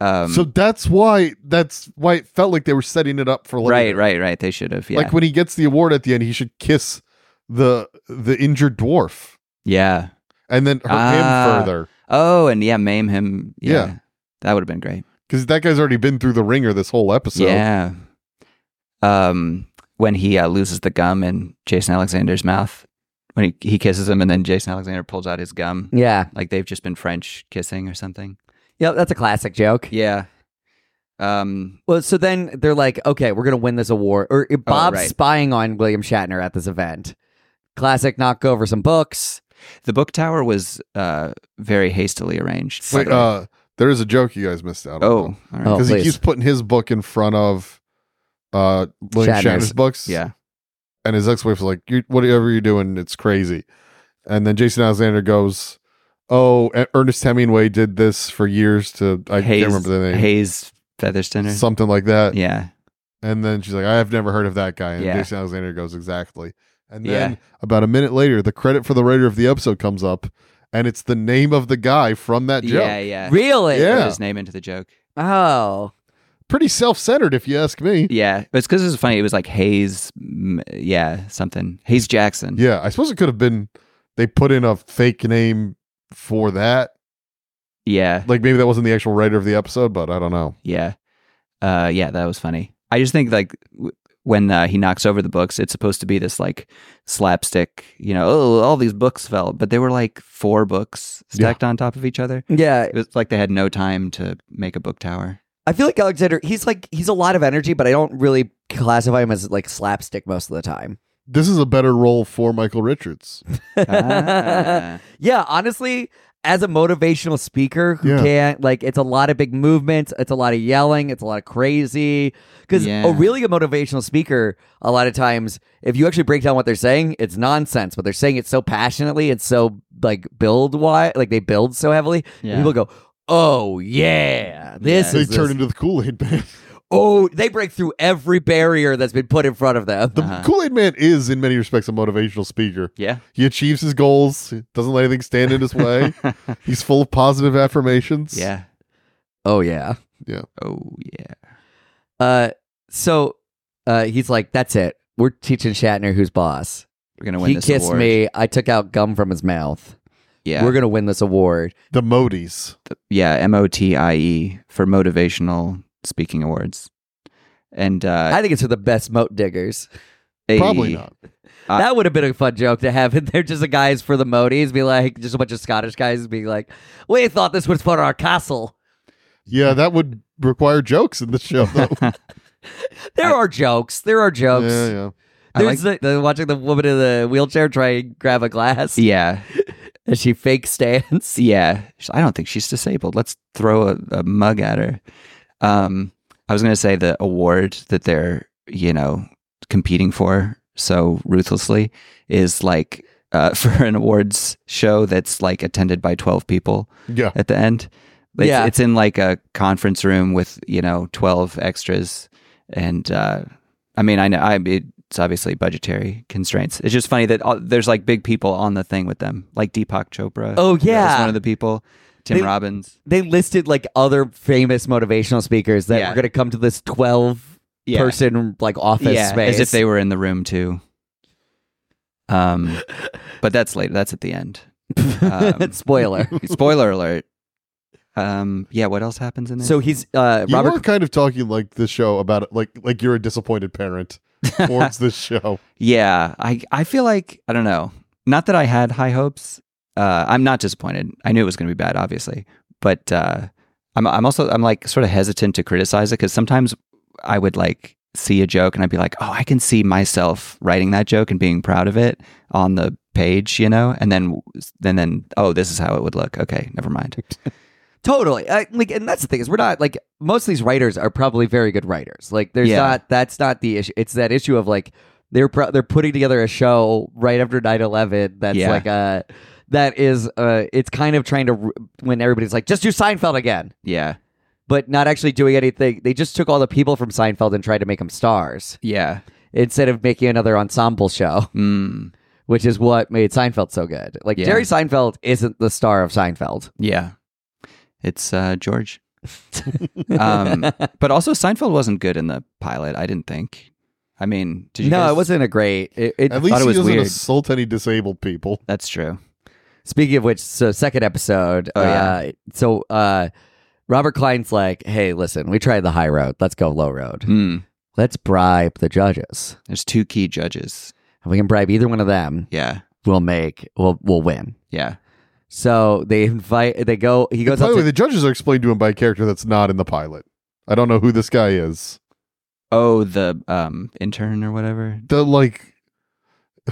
Um,
so that's why that's why it felt like they were setting it up for later.
right, right, right. They should have. Yeah,
Like when he gets the award at the end, he should kiss the the injured dwarf
yeah.
and then hurt
Ah.
him further
Oh, and yeah, maim him. Yeah,
Yeah.
that would have been great.
because that guy's already been through the ringer this whole episode.
yeah. Um, when he uh, loses the gum in Jason Alexander's mouth, when he he kisses him, and then Jason Alexander pulls out his gum,
Yeah,
like they've just been French kissing or something.
yeah, that's a classic joke.
Yeah. Um.
Well, so then they're like, okay, we're gonna win this award. Or uh, Bob's
Oh, right.
spying on William Shatner at this event. Classic knock over some books.
The book tower was uh, very hastily arranged. by
Wait,
the way.
uh, there is a joke you guys missed out.
oh,
on.
all right.
Oh.
because he
please.
keeps putting his book in front of uh William
Shatner's.
Shatner's, books.
yeah.
and his ex-wife's like, you "Whatever you're doing, it's crazy." And then Jason Alexander goes, "Oh, E- Ernest Hemingway did this for years to I
Hayes-
can't remember the name,
Hayes Featherston. or-
something like that."
Yeah.
And then she's like, "I have never heard of that guy." And
Yeah.
Jason Alexander goes, "Exactly." And
Yeah.
then about a minute later, the credit for the writer of the episode comes up, and it's the name of the guy from that joke.
Yeah, yeah.
Really?
Yeah.
Put his name into the joke.
Oh.
Pretty self-centered, if you ask me.
Yeah. It's because it was funny. It was like Hayes, mm, yeah, something. Hayes Jackson.
Yeah, I suppose it could have been they put in a fake name for that.
Yeah.
Like maybe that wasn't the actual writer of the episode, but I don't know.
Yeah. Uh, yeah, that was funny. I just think like w- when uh, he knocks over the books, it's supposed to be this like slapstick, you know, oh, all these books fell, but they were like four books stacked on top of each other.
Yeah.
It was like they had no time to make a book tower.
I feel like Alexander, he's like he's a lot of energy, but I don't really classify him as like slapstick most of the time.
This is a better role for Michael Richards.
Ah.
Yeah, honestly, as a motivational speaker who
Yeah.
can't like it's a lot of big movements, it's a lot of yelling, it's a lot of crazy. Because
Yeah.
a really a motivational speaker, a lot of times, if you actually break down what they're saying, it's nonsense, but they're saying it so passionately, it's so like build why like they build so heavily. and
Yeah.
People go, Oh yeah, this
Yeah.
they
is
turn
this-
into the Kool Aid Man.
oh they break through every barrier that's been put in front of them.
The
Uh-huh.
Kool Aid Man is, in many respects, a motivational speaker.
yeah.
He achieves his goals, he doesn't let anything stand in his way. He's full of positive affirmations.
Yeah.
oh yeah.
Oh, yeah.
Uh, so uh, he's like, that's it. We're teaching Shatner who's boss.
We're gonna win
He
this
kissed
award.
me. I took out gum from his mouth.
Yeah,
We're gonna win this award.
The Modis.
yeah, M O T I E for motivational speaking awards. And uh,
I think it's for the best moat diggers.
Probably
a-
not.
I-
that would have been a fun joke to have in there. Just the guys for the Modis be like, just a bunch of Scottish guys be like, we thought this was for our castle.
Yeah, that would require jokes in the show. Though.
There are jokes. There are jokes.
yeah, yeah.
I
There's the, the- watching the woman in the wheelchair try and grab a glass.
Yeah,
And she fake stands.
yeah. She's- I don't think she's disabled. Let's throw a, a mug at her. Um, I was gonna say the award that they're you know competing for so ruthlessly is like uh, for an awards show that's like attended by twelve people.
Yeah.
at the end. It's,
Yeah.
it's in like a conference room with you know twelve extras, and uh, I mean I know I it's obviously budgetary constraints. It's just funny that all, there's like big people on the thing with them, like Deepak Chopra.
Oh,
is
yeah.
one of the people. Tim
They-
Robbins.
They listed like other famous motivational speakers that
Yeah.
were going to come to this 12
Yeah,
person like office
yeah,
space.
as if they were in the room too. Um, but that's later. That's at the end. Um,
Spoiler.
spoiler alert. Um, yeah. What else happens in there?
so he's uh,
You
Robert
were kind of talking like the show about it, like like you're a disappointed parent towards this show.
Yeah, I I feel like I don't know. Not that I had high hopes. Uh, I'm not disappointed. I knew it was going to be bad, obviously, but uh, I'm I'm also I'm like sort of hesitant to criticize it because sometimes I would like see a joke and I'd be like, oh, I can see myself writing that joke and being proud of it on the page, you know, and then then then oh, this is how it would look. Okay, never mind.
Totally. I, like, and that's the thing is, we're not like most of these writers are probably very good writers. Like, there's
Yeah.
not that's not the issue. It's that issue of like they're pro- they're putting together a show right after 9-11 that's
Yeah.
like a that is uh it's kind of trying to r- when everybody's like just do Seinfeld again,
Yeah,
but not actually doing anything. They just took all the people from Seinfeld and tried to make them stars
yeah.
instead of making another ensemble show,
Mm,
which is what made Seinfeld so good. Like
Yeah.
Jerry Seinfeld isn't the star of Seinfeld.
Yeah. It's uh, George. um, but also, Seinfeld wasn't good in the pilot, I didn't think. I mean, did you
no,
guys-
it wasn't a great. It, it,
At
thought
least
it
he
was
doesn't
weird.
assault any disabled people.
That's true.
Speaking of which, so second episode.
Oh, yeah.
uh, so uh, Robert Klein's like, hey, listen, we tried the high road. Let's go low road.
Hmm.
Let's bribe the judges.
There's two key judges.
If we can bribe either one of them,
Yeah.
we'll make, we'll, we'll win.
Yeah.
So they invite, they go, he goes
By
up
the way,
to,
the judges are explained to him by a character that's not in the pilot. I don't know who this guy is.
Oh, the um, intern or whatever.
The like,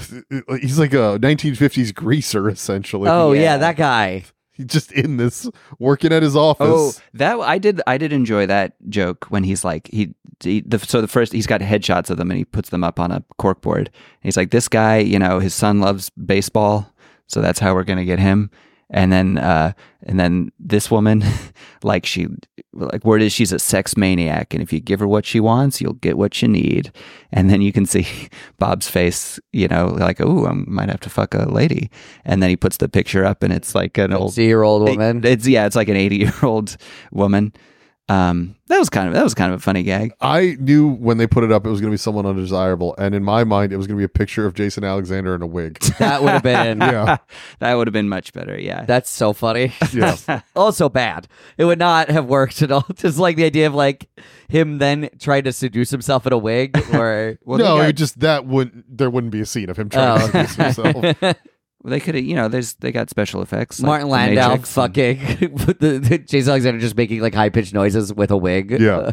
he's like a 1950s greaser essentially.
oh, yeah.
yeah.
that guy.
He's just in this working at his office.
Oh, that I did. I did enjoy that joke when he's like he, he the, so the first he's got headshots of them and he puts them up on a corkboard. And he's like, this guy, you know, his son loves baseball, so that's how we're gonna get him. And then, uh, and then this woman, like she, like word is she's a sex maniac, and if you give her what she wants, you'll get what you need. And then you can see Bob's face, you know, like, oh, I might have to fuck a lady. And then he puts the picture up, and it's like an old
See year old
it-
woman.
it's yeah, it's like an eighty-year-old woman. Um, that was kind of that was kind of a funny gag.
I knew when they put it up, it was going to be someone undesirable, and in my mind, it was going to be a picture of Jason Alexander in a wig.
that would have been,
yeah,
that would have been much better. Yeah,
that's so funny.
yeah.
also bad. It would not have worked at all. Just like the idea of like him then trying to seduce himself in a wig or
well,
no,
they, got-
it just that wouldn't. There wouldn't be a scene of him trying
Oh.
to seduce himself.
well, they could have. You know, there's they got special effects. like
Martin
The
Landau
Matrix and-
fucking with the, the Jason Alexander just making like high pitched noises with a wig. Uh,
Yeah.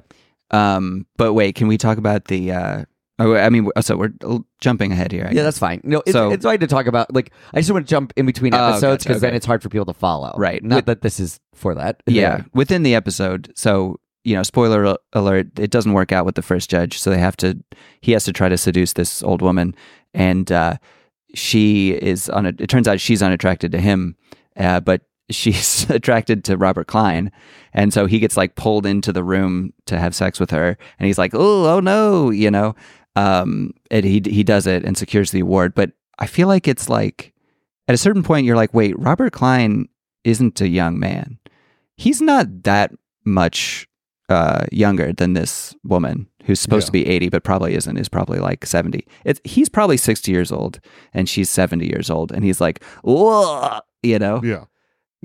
um, but wait, can we talk about the? Uh, oh, I mean, so we're l- jumping ahead here. I
Yeah,
guess.
that's fine. No, it's,
So-
it's fine to talk about. Like, I just want to jump in between
Oh,
episodes
gotcha,
because then
okay.
it's hard for people to follow.
Right.
Not
With-
that this is for that.
yeah, within the episode. So you know, spoiler al- alert: it doesn't work out with the first judge, so they have to. He has to try to seduce this old woman, and uh, she is on. It turns out she's unattracted to him, uh, but she's attracted to Robert Klein, and so he gets like pulled into the room to have sex with her, and he's like, "Oh, oh no," you know. Um, and he he does it and secures the award, but I feel like it's like at a certain point you're like, wait, Robert Klein isn't a young man he's not that much uh, younger than this woman who's supposed
Yeah.
to be 80 but probably isn't is probably like 70 it's he's probably 60 years old and she's 70 years old and he's like Whoa, you know
Yeah.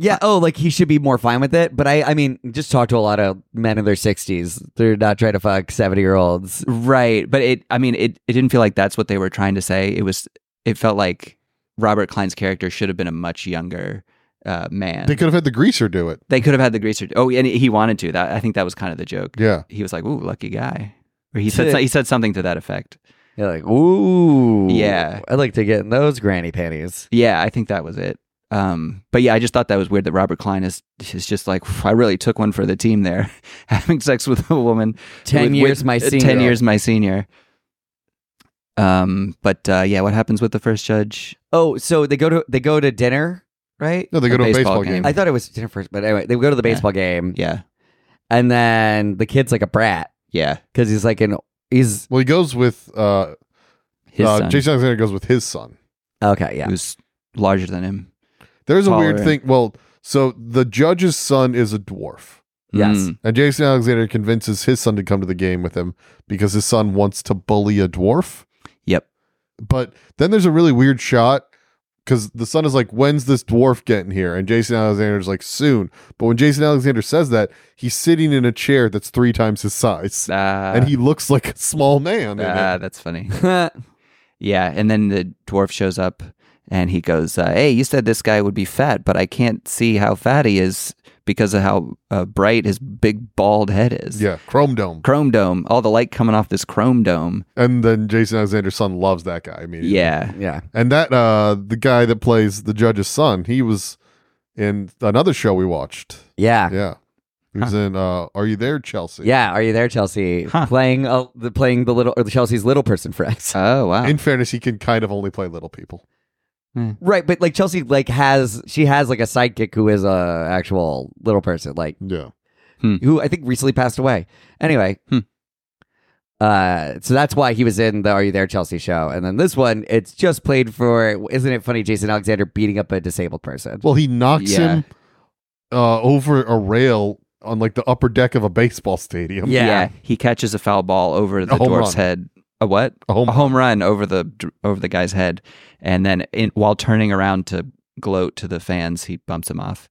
Yeah. Oh, like he should be more fine with it. But I, I mean, just talk to a lot of men in their sixties. They're not trying to fuck seventy year olds.
right but it i mean it, it didn't feel like that's what they were trying to say it was it felt like robert klein's character should have been a much younger uh, man
They could have had the greaser do it.
They could have had the greaser oh and he wanted to that i think that was kind of the joke
Yeah.
he was like ooh lucky guy or he said
Yeah.
so- he said something to that effect
You're like, ooh,
Yeah.
I'd like to get in those granny panties.
Yeah, I think that was it. Um, but yeah, I just thought that was weird that Robert Klein is is just like "Phew, I really took one for the team there, having sex with a woman
Ten
with-
years
with-
my
uh,
senior.
ten years my senior. Um, but uh, yeah, what happens with the first judge?
Oh, so they go to they go to dinner, right?
No, they
A
go to a
baseball
baseball
game.
game.
I thought it was dinner first, but anyway, they go to the
Yeah.
baseball game,
Yeah,
and then the kid's like a brat
yeah,
because he's like an he's
Well, he goes with uh,
his
uh,
son
Jason Alexander goes with his son.
okay, yeah,
who's larger than him.
There's a weird
Taller.
thing. Well, so the judge's son is a dwarf,
yes,
Mm,
and Jason Alexander convinces his son to come to the game with him because his son wants to bully a dwarf.
yep.
But then there's a really weird shot because the son is like, "When's this dwarf getting here?" And Jason Alexander's like, "Soon." But when Jason Alexander says that, he's sitting in a chair that's three times his size,
Uh,
and he looks like a small man. in it.
Ah, that's funny. Yeah, and then the dwarf shows up and he goes, uh, "Hey, you said this guy would be fat, but I can't see how fat he is because of how uh, bright his big bald head is."
yeah, Chrome Dome.
Chrome dome, all the light coming off this chrome dome.
And then Jason Alexander's son loves that guy immediately.
Yeah.
yeah,
And that uh the guy that plays the judge's son, he was in another show we watched.
Ah.
yeah,
Yeah. He was in uh Are You There, Chelsea?
yeah. Are you there, Chelsea?
Huh.
Playing uh, the playing the little or the Chelsea's little person friends.
Oh wow.
In fairness, he can kind of only play little people.
Right, but like Chelsea, like has she has like a sidekick who is a actual little person, like
Yeah.
who I think recently passed away. Anyway,
Hmm.
uh, so that's why he was in the Are You There Chelsea show, and then this one it's just played for. Isn't it funny? Jason Alexander beating up a disabled person.
Well, he knocks
Yeah.
him uh over a rail on like the upper deck of a baseball stadium.
Yeah.
He catches a foul ball over the
home
dwarf's
run.
head. A what?
A home
A home run over the dr- over the guy's head, and then in, while turning around to gloat to the fans, he bumps him off.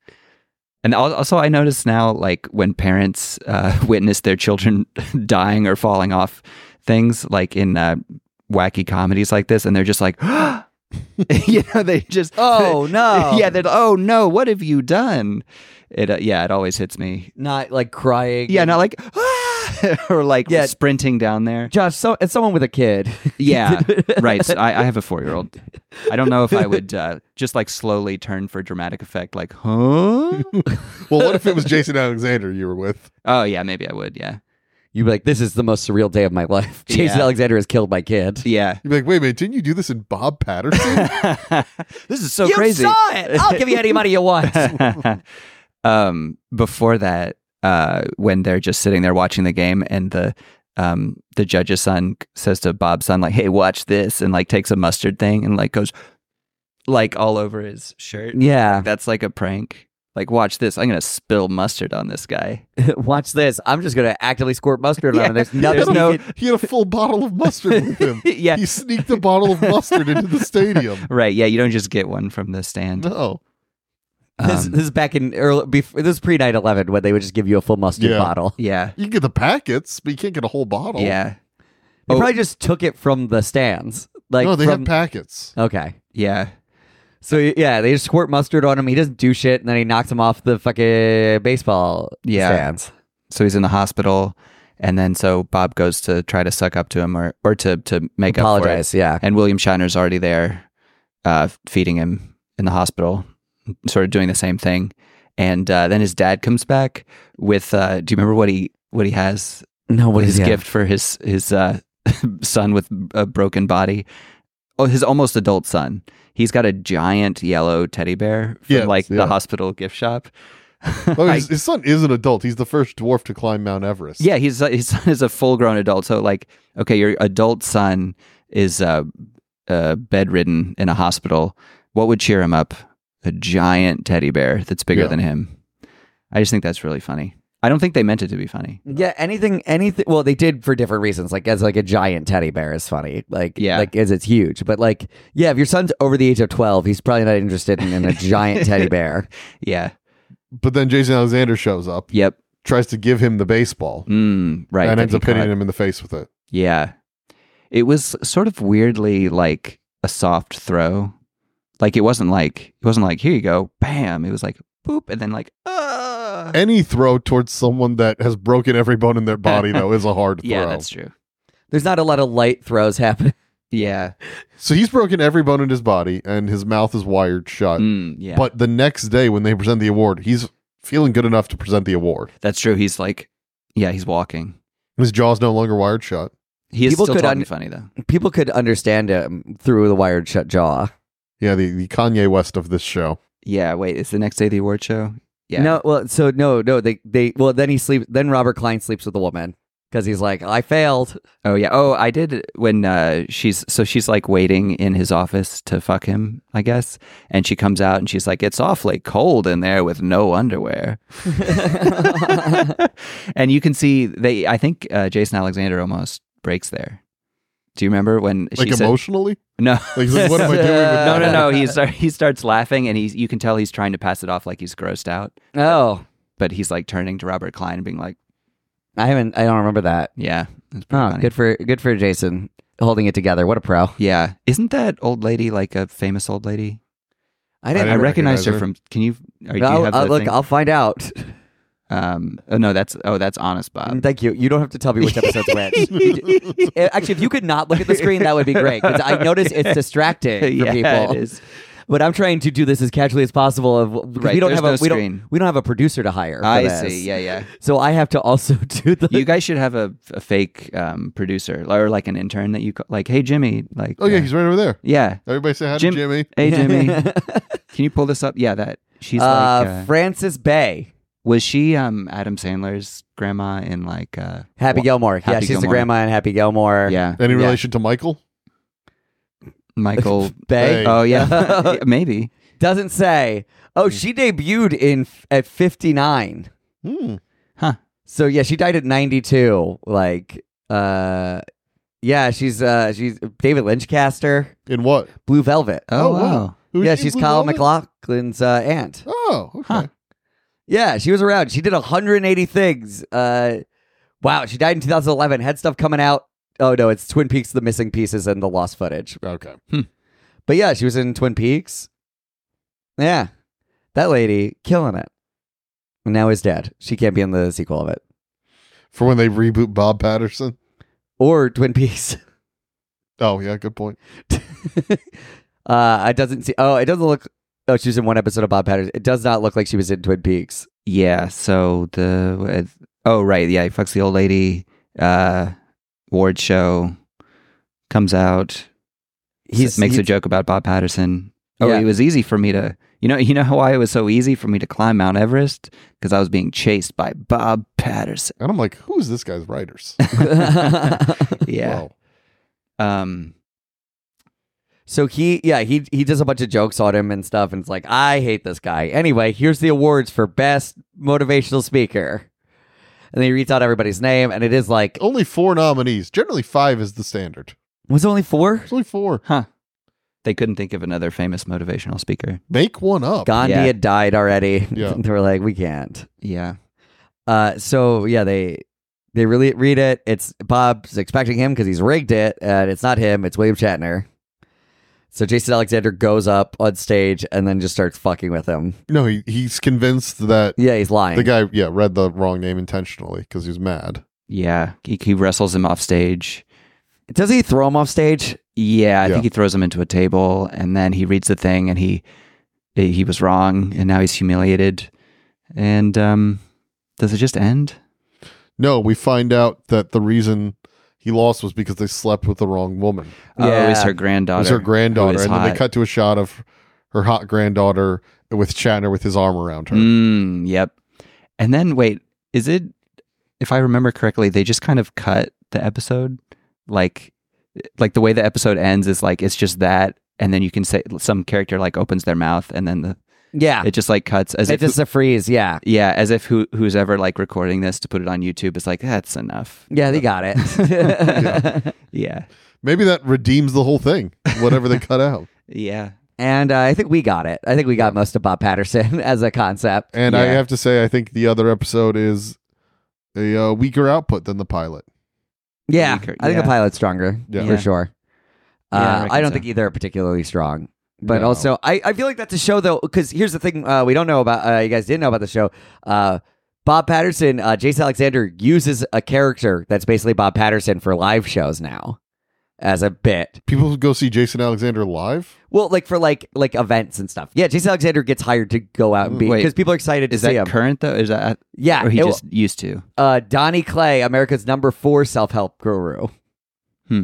And al- also, I notice now, like when parents uh, witness their children dying or falling off things, like in uh, wacky comedies like this, and they're just like, you know, they just
Oh no!
yeah, they're oh no, what have you done? It uh, yeah, it always hits me.
not like crying.
Yeah, not like "Ah!" or like
Yeah.
sprinting down there.
Josh. So it's someone with a kid.
Yeah, right. So I, I have a four year old. I don't know if I would uh, just like slowly turn for dramatic effect, like huh?
well, what if it was Jason Alexander you were with?
Oh yeah, maybe I would. Yeah,
You'd be like, "This is the most surreal day of my life." Jason
Yeah.
Alexander has killed my kid.
yeah.
You'd be like, wait a minute, didn't you do this in Bob Patterson?
this is so
you
crazy.
saw it. I'll give you any money you want.
um, before that, uh, when they're just sitting there watching the game, and the um, the judge's son says to Bob's son, like, "Hey, watch this," and like takes a mustard thing and like goes like all over his shirt.
yeah.
That's like a prank. Like, watch this. I'm gonna spill mustard on this guy.
Watch this. I'm just going to actively squirt mustard on
Yeah.
him. There's
He
nothing.
had,
There's
a,
no-
he had a full bottle of mustard with him.
yeah,
He sneaked a bottle of mustard into the stadium.
right. Yeah, you don't just get one from the stand.
No.
this,
Um,
this is back in early. Before, this is pre 9 11 when they would just give you a full mustard
Yeah.
bottle.
yeah,
You can get the packets, but you can't get a whole
Oh.
bottle.
yeah,
They
Oh.
probably just took it from the stands. Like
no, they
from,
have packets.
Okay.
yeah.
So yeah, they just squirt mustard on him. He doesn't do shit, and then he knocks him off the fucking baseball
Yeah.
stands.
So he's in the hospital, and then so Bob goes to try to suck up to him or or to to make up for it.
Apologize. Yeah.
and William Shatner's already there, uh, feeding him in the hospital, sort of doing the same thing. And uh, then his dad comes back with. Uh, do you remember what he what he has?
No, what
his
is
gift for his his uh, son with a broken body? Oh, his almost adult son. He's got a giant yellow teddy bear from
Yes,
like
yeah.
the hospital gift shop.
Oh,
I-
his, his son is an adult. He's the first dwarf to climb Mount Everest.
yeah, he's uh, his son is a full grown adult. So like, okay, your adult son is uh, uh, bedridden in a hospital. What would cheer him up? A giant teddy bear that's bigger
Yeah.
than him. I just think that's really funny. I don't think they meant it to be funny.
Yeah, anything, anything. Well, they did for different reasons. Like as like a giant teddy bear is funny. Like
Yeah.
like as it's huge. But like yeah, if your son's over the age of twelve, he's probably not interested in, in a giant teddy bear.
Yeah.
But then Jason Alexander shows up,
Yep.
tries to give him the baseball,
Mm, right.
and
that
ends
he
up hitting
caught.
him in the face with it.
Yeah. It was sort of weirdly like a soft throw. Like it wasn't like it wasn't like here you go, bam. It was like boop and then like uh
Any throw towards someone that has broken every bone in their body though is a hard
Yeah,
throw.
that's true.
There's not a lot of light throws happening.
Yeah.
So he's broken every bone in his body, and his mouth is wired shut.
Mm, yeah.
But the next day, when they present the award, he's feeling good enough to present the award.
that's true. He's like yeah, he's walking.
His jaw's no longer wired shut.
He is
People
still
could
talking
un-
funny though.
People could understand him through the wired shut jaw.
Yeah, the, the Kanye West of this show.
Yeah, wait, it's the next day of the award show? Yeah.
No, well, so no, no, they they well then he sleeps. Then Robert Klein sleeps with a woman because he's like I failed.
Oh yeah. Oh, I did when uh, she's so she's like waiting in his office to fuck him, I guess. And she comes out and she's like, "It's awfully cold in there with no underwear." and you can see they. I think uh, Jason Alexander almost breaks there. Do you remember when
Like
she said
emotionally?
no?
Like, he's like, what am I doing with that?
no, no, no. He start, he starts laughing and he's you can tell he's trying to pass it off like he's grossed out,
Oh,
but he's like turning to Robert Klein and being like,
I haven't. I don't remember that.
"Yeah, that's pretty
Oh,
funny."
good for good for Jason holding it together. What a pro!
Yeah, isn't that old lady like a famous old lady?
I
didn't
I,
recognize
recognized her, uh,
her.
from. Can you? Or do you
I'll-
have
I'll-
the
look,
thing?
I'll find out.
Um, oh no, that's oh that's honest Bob.
Thank you. You don't have to tell me which episode's which. You- uh, Actually, if you could not look at the screen, that would be great. 'cause I notice it's distracting for
yeah,
people.
it is.
But I'm trying to do this as casually as possible. Of 'cause
Right,
we don't
there's
have a
no
we
screen.
don't we don't have a producer to hire. for
I
this.
see. Yeah, yeah.
So I have to also do the.
You guys should have a, a fake um, producer or like an intern that you call, like, hey Jimmy, like,
Oh, yeah,
uh,
he's right over there.
yeah,
Everybody say hi
Jim-
to Jimmy.
hey Jimmy, can you pull this up? Yeah, that she's
uh,
like, uh,
Francis Bay,
was she um Adam Sandler's grandma in like, uh,
Happy
Wa-
Gilmore. yeah,
Happy
she's the
Gilmore.
grandma in Happy Gilmore.
yeah,
Any
Yeah.
relation to Michael?
Michael.
Bay
Bay.
Oh yeah, maybe.
doesn't say. Oh, she debuted in f- at 59.
Hmm.
So yeah, she died at 92. Like, uh, yeah, she's uh, she's David Lynch cast her.
In what?
Blue Velvet.
Oh,
Oh, wow.
wow.
Who
yeah,
is she,
she's
Blue
Kyle
Velvet?
McLaughlin's uh, aunt.
Oh, okay.
Huh.
Yeah, she was around. She did 180 things. Uh, wow, she died in 2011. Had stuff coming out. Oh no, it's Twin Peaks: The Missing Pieces and the Lost Footage.
Okay.
But yeah, she was in Twin Peaks. Yeah, that lady killing it. And now is dead. She can't be in the sequel of it
For when they reboot Bob Patterson.
or Twin Peaks.
Oh, yeah, good point.
uh, it doesn't see. Oh, it doesn't look. Oh, she was in one episode of Bob Patterson. It does not look like she was in Twin Peaks.
Yeah. So the uh, oh right, yeah, he fucks the old lady. Uh, Ward show comes out. He
He's
makes
he-
a joke about Bob Patterson. Oh,
Yeah.
it was easy for me to. You know, you know why it was so easy for me to climb Mount Everest because I was being chased by Bob Patterson.
And I'm like, who is this guy's writers?
Yeah.
Wow.
Um.
so he, yeah, he he does a bunch of jokes on him and stuff, and it's like, I hate this guy. Anyway, here's the awards for best motivational speaker, and then he reads out everybody's name, and it is like,
Only four nominees. Generally, five is the standard.
was it only four?
There's only four.
Huh. They couldn't think of another famous motivational speaker.
Make one up.
Gandhi
Yeah.
had died already.
Yeah.
they were like, we can't.
Yeah.
Uh, so yeah, they they really read it. It's Bob's expecting him because he's rigged it, and it's not him. It's William Shatner. So Jason Alexander goes up on stage and then just starts fucking with him.
No, he, he's convinced that
Yeah, he's lying.
the guy, yeah, read the wrong name intentionally because he was mad.
Yeah. He, he wrestles him off stage.
Doesn't he throw him off stage?
Yeah, I
Yeah.
think he throws him into a table, and then he reads the thing, and he he was wrong, and now he's humiliated. And um, does it just end?
No, we find out that the reason he lost was because they slept with the wrong woman.
Oh, it was
Yeah.
her
It
granddaughter.
was her granddaughter.
who is
And then they
hot.
cut to a shot of her hot granddaughter with Shatner with his arm around her.
Mm, yep. And then wait, is it? If I remember correctly, they just kind of cut the episode, like like the way the episode ends is like it's just that, and then you can say some character like opens their mouth, and then the
Yeah.
It just like cuts as
It's
if
Ah. just a freeze. Yeah.
yeah, as if who who's ever like recording this to put it on YouTube is like that's enough.
Yeah, they got it.
Yeah,
Maybe that redeems the whole thing, whatever they cut out.
yeah.
And uh, I think we got it. I think we got most of Bob Patterson as a concept.
And I
Yeah.
have to say, I think the other episode is a uh, weaker output than the pilot.
Yeah,
Weaker-
I think
yeah.
the pilot's stronger
Yeah.
for
Yeah.
sure.
Yeah, I
Uh,
reckon
I don't
so.
think either are particularly strong. But
No.
also, I, I feel like that's a show though, because here's the thing uh, we don't know about. Uh, you guys didn't know about the show. Uh, Bob Patterson, uh, Jason Alexander uses a character that's basically Bob Patterson for live shows now as a bit.
People who go see Jason Alexander live.
Well, like for like like events and stuff. Yeah, Jason Alexander gets hired to go out and be
Wait.
because people are excited to
Is
see
that
him.
current though? Is that
yeah,
or he
Ah, it-
just used to?
uh, Donnie Clay, America's number four self help guru.
Hmm.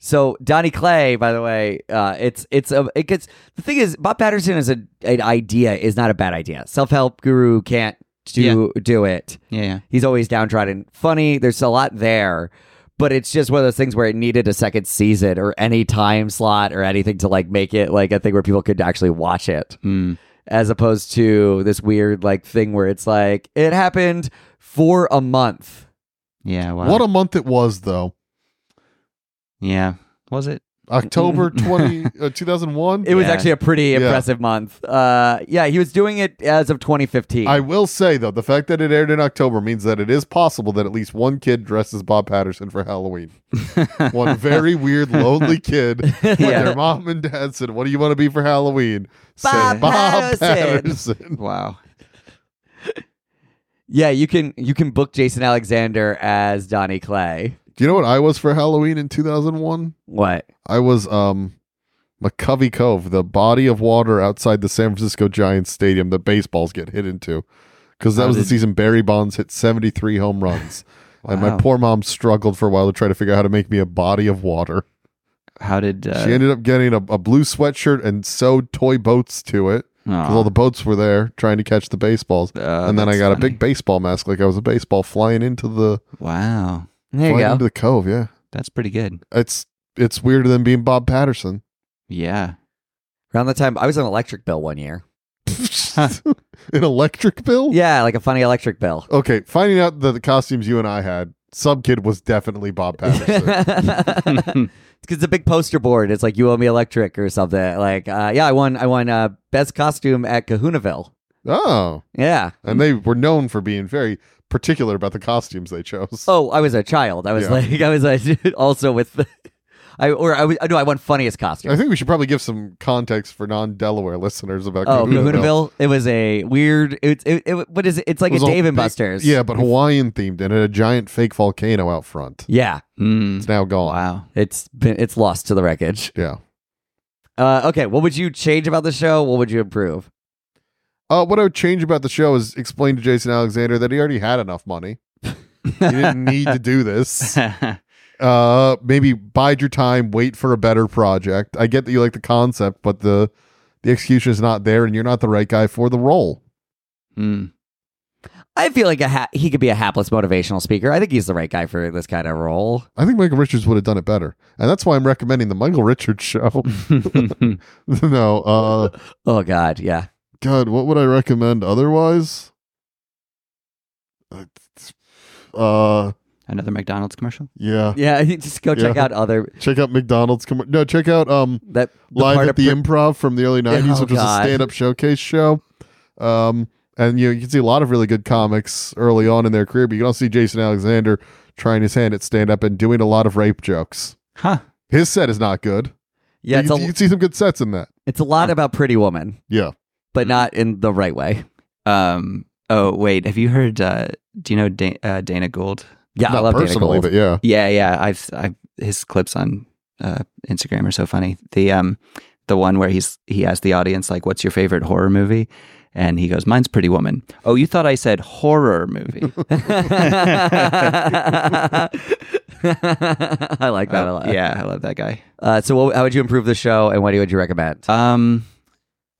So Donnie Clay, by the way, uh, it's it's a it gets the thing is Bob Patterson is a an idea is not a bad idea. Self help guru can't do do it.
Yeah, yeah.
He's always downtrodden. Funny, there's a lot there, but it's just one of those things where it needed a second season or any time slot or anything to like make it like a thing where people could actually watch it
Mm.
as opposed to this weird like thing where it's like it happened for a month.
Yeah. Wow.
What a month it was, though.
yeah. Was it?
October 20, uh, 2001.
It was
Yeah.
actually a pretty
Yeah.
impressive month. Uh, yeah, he was doing it as of 2015.
I will say, though, the fact that it aired in October means that it is possible that at least one kid dressed as Bob Patterson for Halloween. one very weird, lonely kid when
Yeah.
their mom and dad said, What do you want to be for Halloween? Said,
Bob Patterson."
Patterson."
Wow.
yeah, you can you can book Jason Alexander as Donnie Clay.
Do you know what I was for Halloween in 2001?
What?
I was um McCovey Cove, the body of water outside the San Francisco Giants stadium that baseballs get hit into. Because that
How
was the
did-
season Barry Bonds hit 73 home runs. And my
Wow.
poor mom struggled for a while to try to figure out how to make me a body of water.
How did? Uh,
she ended up getting a, a blue sweatshirt and sewed toy boats to it because
aw,
all the boats were there trying to catch the baseballs.
uh,
and then I
that's
got a
funny.
big baseball mask like I was a baseball flying into the
Wow.
There you
flying
go.
into the cove. Yeah,
That's pretty good.
it's it's weirder than being Bob Patterson.
Yeah.
Around the time I was on electric bill one year.
An electric bill.
Yeah, like a funny electric bill.
Okay, finding out that the costumes you and I had, Sub Kid was definitely Bob Patterson.
Hmm.
Because it's a big poster board. It's like you owe me electric or something. Like, uh, yeah, I won. I won uh, best costume at Kahunaville.
oh,
Yeah.
and they were known for being very particular about the costumes they chose.
Oh, I was a child. I was
Yeah.
like, I was like, also with the, I or I was, no, I won funniest costume.
I think we should probably give some context for non-Delaware listeners about
Oh,
Kahunaville.
Kahunaville. It was a weird. It's it, it, what is it? It's like
It was
a
all
Dave and
big-
Buster's.
Yeah, but Hawaiian themed and it had a giant fake volcano out front.
yeah.
Mm.
It's now gone.
Wow.
It's been it's lost to the wreckage.
Yeah.
Uh, okay, what would you change about the show? What would you improve?
Uh, what I would change about the show is explain to Jason Alexander that he already had enough money. he didn't need to do this.
Hmm.
Uh, maybe bide your time, wait for a better project. I get that you like the concept, but the the execution is not there, and you're not the right guy for the role.
Mm.
I feel like a ha- he could be a hapless motivational speaker. I think he's the right guy for this kind of role.
I think Michael Richards would have done it better, and that's why I'm recommending the Michael Richards show. no, uh,
Oh God, yeah.
God, what would I recommend otherwise? Uh, it's- Uh,
Another McDonald's commercial.
yeah.
Yeah, just go check
Yeah.
out other
Check out McDonald's. Com- no, check out um
that the
live
part
at
of
the
pr-
Improv from the early '90s,
Oh,
which was a
God.
stand-up showcase show. Um, and you, you can see a lot of really good comics early on in their career, but you can also see Jason Alexander trying his hand at stand-up and doing a lot of rape jokes.
Huh.
His set is not good.
yeah. It's
you, you
a
can see some good sets in that.
it's a lot about Pretty Woman,
Yeah,
but not in the right way.
Um. Oh wait. Have you heard? Uh, do you know da- uh, Dana Gould?
Yeah, I
not
love Dana
personally,
Gold.
but yeah.
Yeah, yeah. I've, I've his clips on uh, Instagram are so funny. The um, the one where he's he asked the audience like, "What's your favorite horror movie?" And he goes, "Mine's Pretty Woman." Oh, you thought I said horror movie?
I like that a
Uh,
lot.
yeah, I love that guy.
Uh, so, what, how would you improve the show, and what would you recommend?
Um,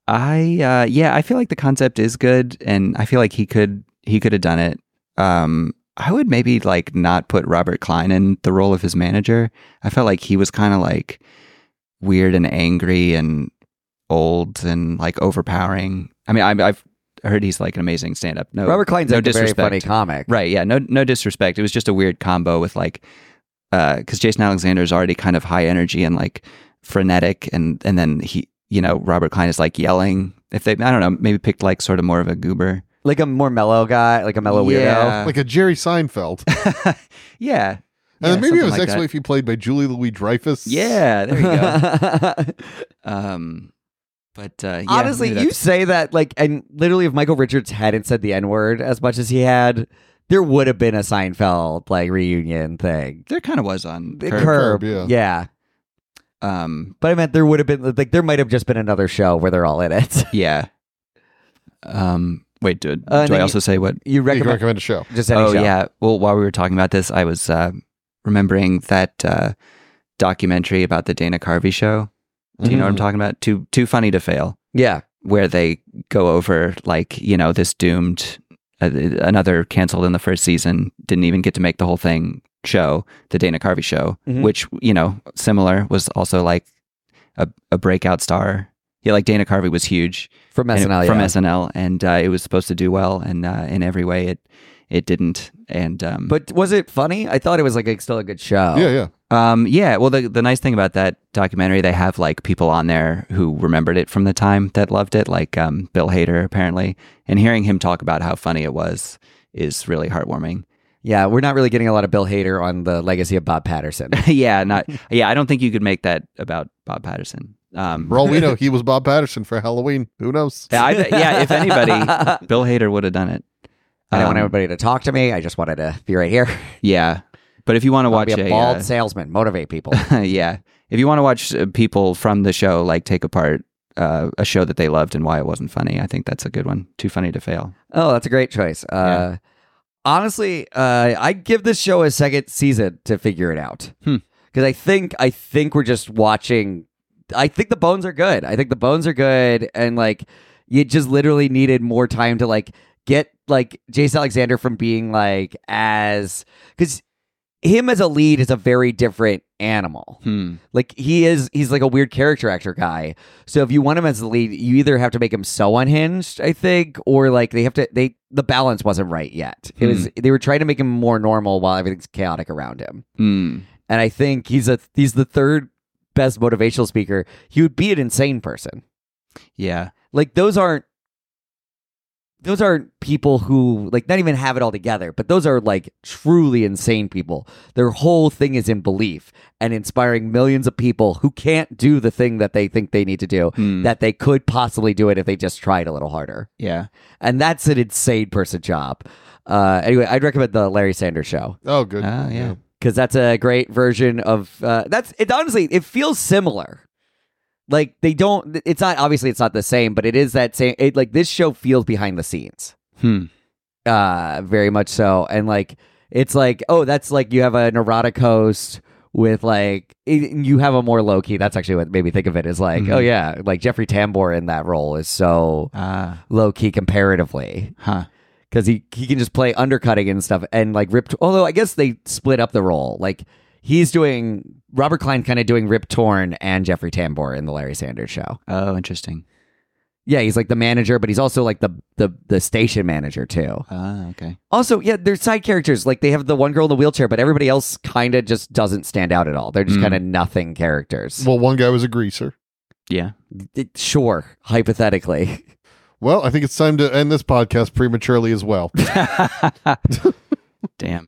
I uh, yeah, I feel like the concept is good, and I feel like he could he could have done it. Um, I would maybe like not put Robert Klein in the role of his manager. I felt like he was kind of like weird and angry and old and like overpowering. I mean, I, I've heard he's like an amazing stand up. No,
Robert Klein's
no
a very
disrespect.
funny comic.
Right. Yeah. No. No disrespect. It was just a weird combo with like, because Jason Alexander is already kind of high energy and like frenetic, and and then he, you know, Robert Klein is like yelling. If they, I don't know, maybe picked like sort of more of a goober.
Like a more mellow guy, like a mellow Uh.
Yeah.
like a Jerry Seinfeld. And
yeah. Yeah,
then Uh, maybe
something
it was
like that.
ex-wife he played by Julie Louis Dreyfus.
Yeah. There you go.
weirdo.
um, but uh, yeah,
Honestly,
maybe
you
that's-
say that like, and literally, if Michael Richards hadn't said the N word as much as he had, there would have been a Seinfeld like reunion thing.
there kind of was on
The
Curb.
Curb,
curb,
yeah.
yeah.
Um,
But I meant there would have been like there might have just been another show where they're all in it.
yeah. Um, wait.
Uh,
Do,
and
do
then
I
you-
also say what
You
You can
recommend
recommend a show.
just any
oh
show?
yeah. Well, while we were talking about this, I was uh, remembering that uh, documentary about the Dana Carvey show. Do you know what I'm talking about? Too too funny to fail,
yeah.
where they go over like you know this doomed uh, another canceled in the first season, didn't even get to make the whole thing show, the Dana Carvey show,
Mhm.
which you know similar was also like a, a breakout star. Yeah, like Dana Carvey was huge
From
and it-
SNL.
from
yeah.
SNL, and uh, it was supposed to do well, and uh, in every way it it didn't. And um,
But was it funny? I thought it was like a, still a good show.
Yeah, yeah.
um, yeah, well, the the nice thing about that documentary, they have like people on there who remembered it from the time that loved it, like um, Bill Hader apparently, and hearing him talk about how funny it was is really heartwarming.
Yeah, we're not really getting a lot of Bill Hader on the legacy of Bob Patterson.
yeah, not yeah, I don't think you could make that about Bob Patterson. Um,
For all we know, he was Bob Patterson for Halloween. Who knows?
yeah, I, yeah, if anybody,
I
Bill Hader would have done it.
don't want
Um,
everybody to talk to me. I just wanted to be right here.
Yeah, but if you want to
I'll
watch
be a
uh,
bald salesman, motivate people.
yeah. If you want to watch uh, people from the show like take apart uh, a show that they loved and why it wasn't funny, I think that's a good one. Too funny to fail.
oh, that's a great choice. Uh, Honestly, uh, I give this show a second season to figure it out
Hmm.
because I think I think we're just watching. I think the bones are good. I think the bones are good, and like you just literally needed more time to like get like Jace Alexander from being like as because him as a lead is a very different animal.
Hmm.
Like he is, he's like a weird character actor guy. So if you want him as the lead, you either have to make him so unhinged, I think, or like they have to. They the balance wasn't right yet. It was they were trying to make him more normal while everything's chaotic around him.
Hmm.
And I think he's a he's the third best motivational speaker. He would be an insane person.
Yeah.
Like those aren't those aren't people who like not even have it all together, but those are like truly insane people. Their whole thing is in belief and inspiring millions of people who can't do the thing that they think they need to do
Hmm.
that they could possibly do it if they just tried a little harder.
yeah.
And that's an insane person job. Uh, anyway, I'd recommend the Larry Sanders show
Oh, good.
Ah, yeah.
because that's a great version of uh, that's it honestly it feels similar like they don't it's not obviously it's not the same but it is that same it like this show feels behind the scenes
Hmm.
uh very much so and like it's like oh that's like you have a neurotic host with like it, you have a more low key that's actually what made me think of it is like
Mhm.
oh yeah like jeffrey tambor in that role is so
Ah.
low key comparatively
Huh.
because he he can just play undercutting and stuff and like Rip. Although I guess they split up the role. Like he's doing Robert Klein kind of doing Rip Torn and Jeffrey Tambor in the Larry Sanders Show.
Oh, interesting.
Yeah, he's like the manager, but he's also like the the the station manager too.
Ah, okay.
Also, yeah, they're side characters. Like they have the one girl in the wheelchair, but everybody else kind of just doesn't stand out at all. They're just
Mm.
kind of nothing characters.
Well, one guy was a greaser.
Yeah.
It- sure, hypothetically.
Well, I think it's time to end this podcast prematurely as well.
Damn.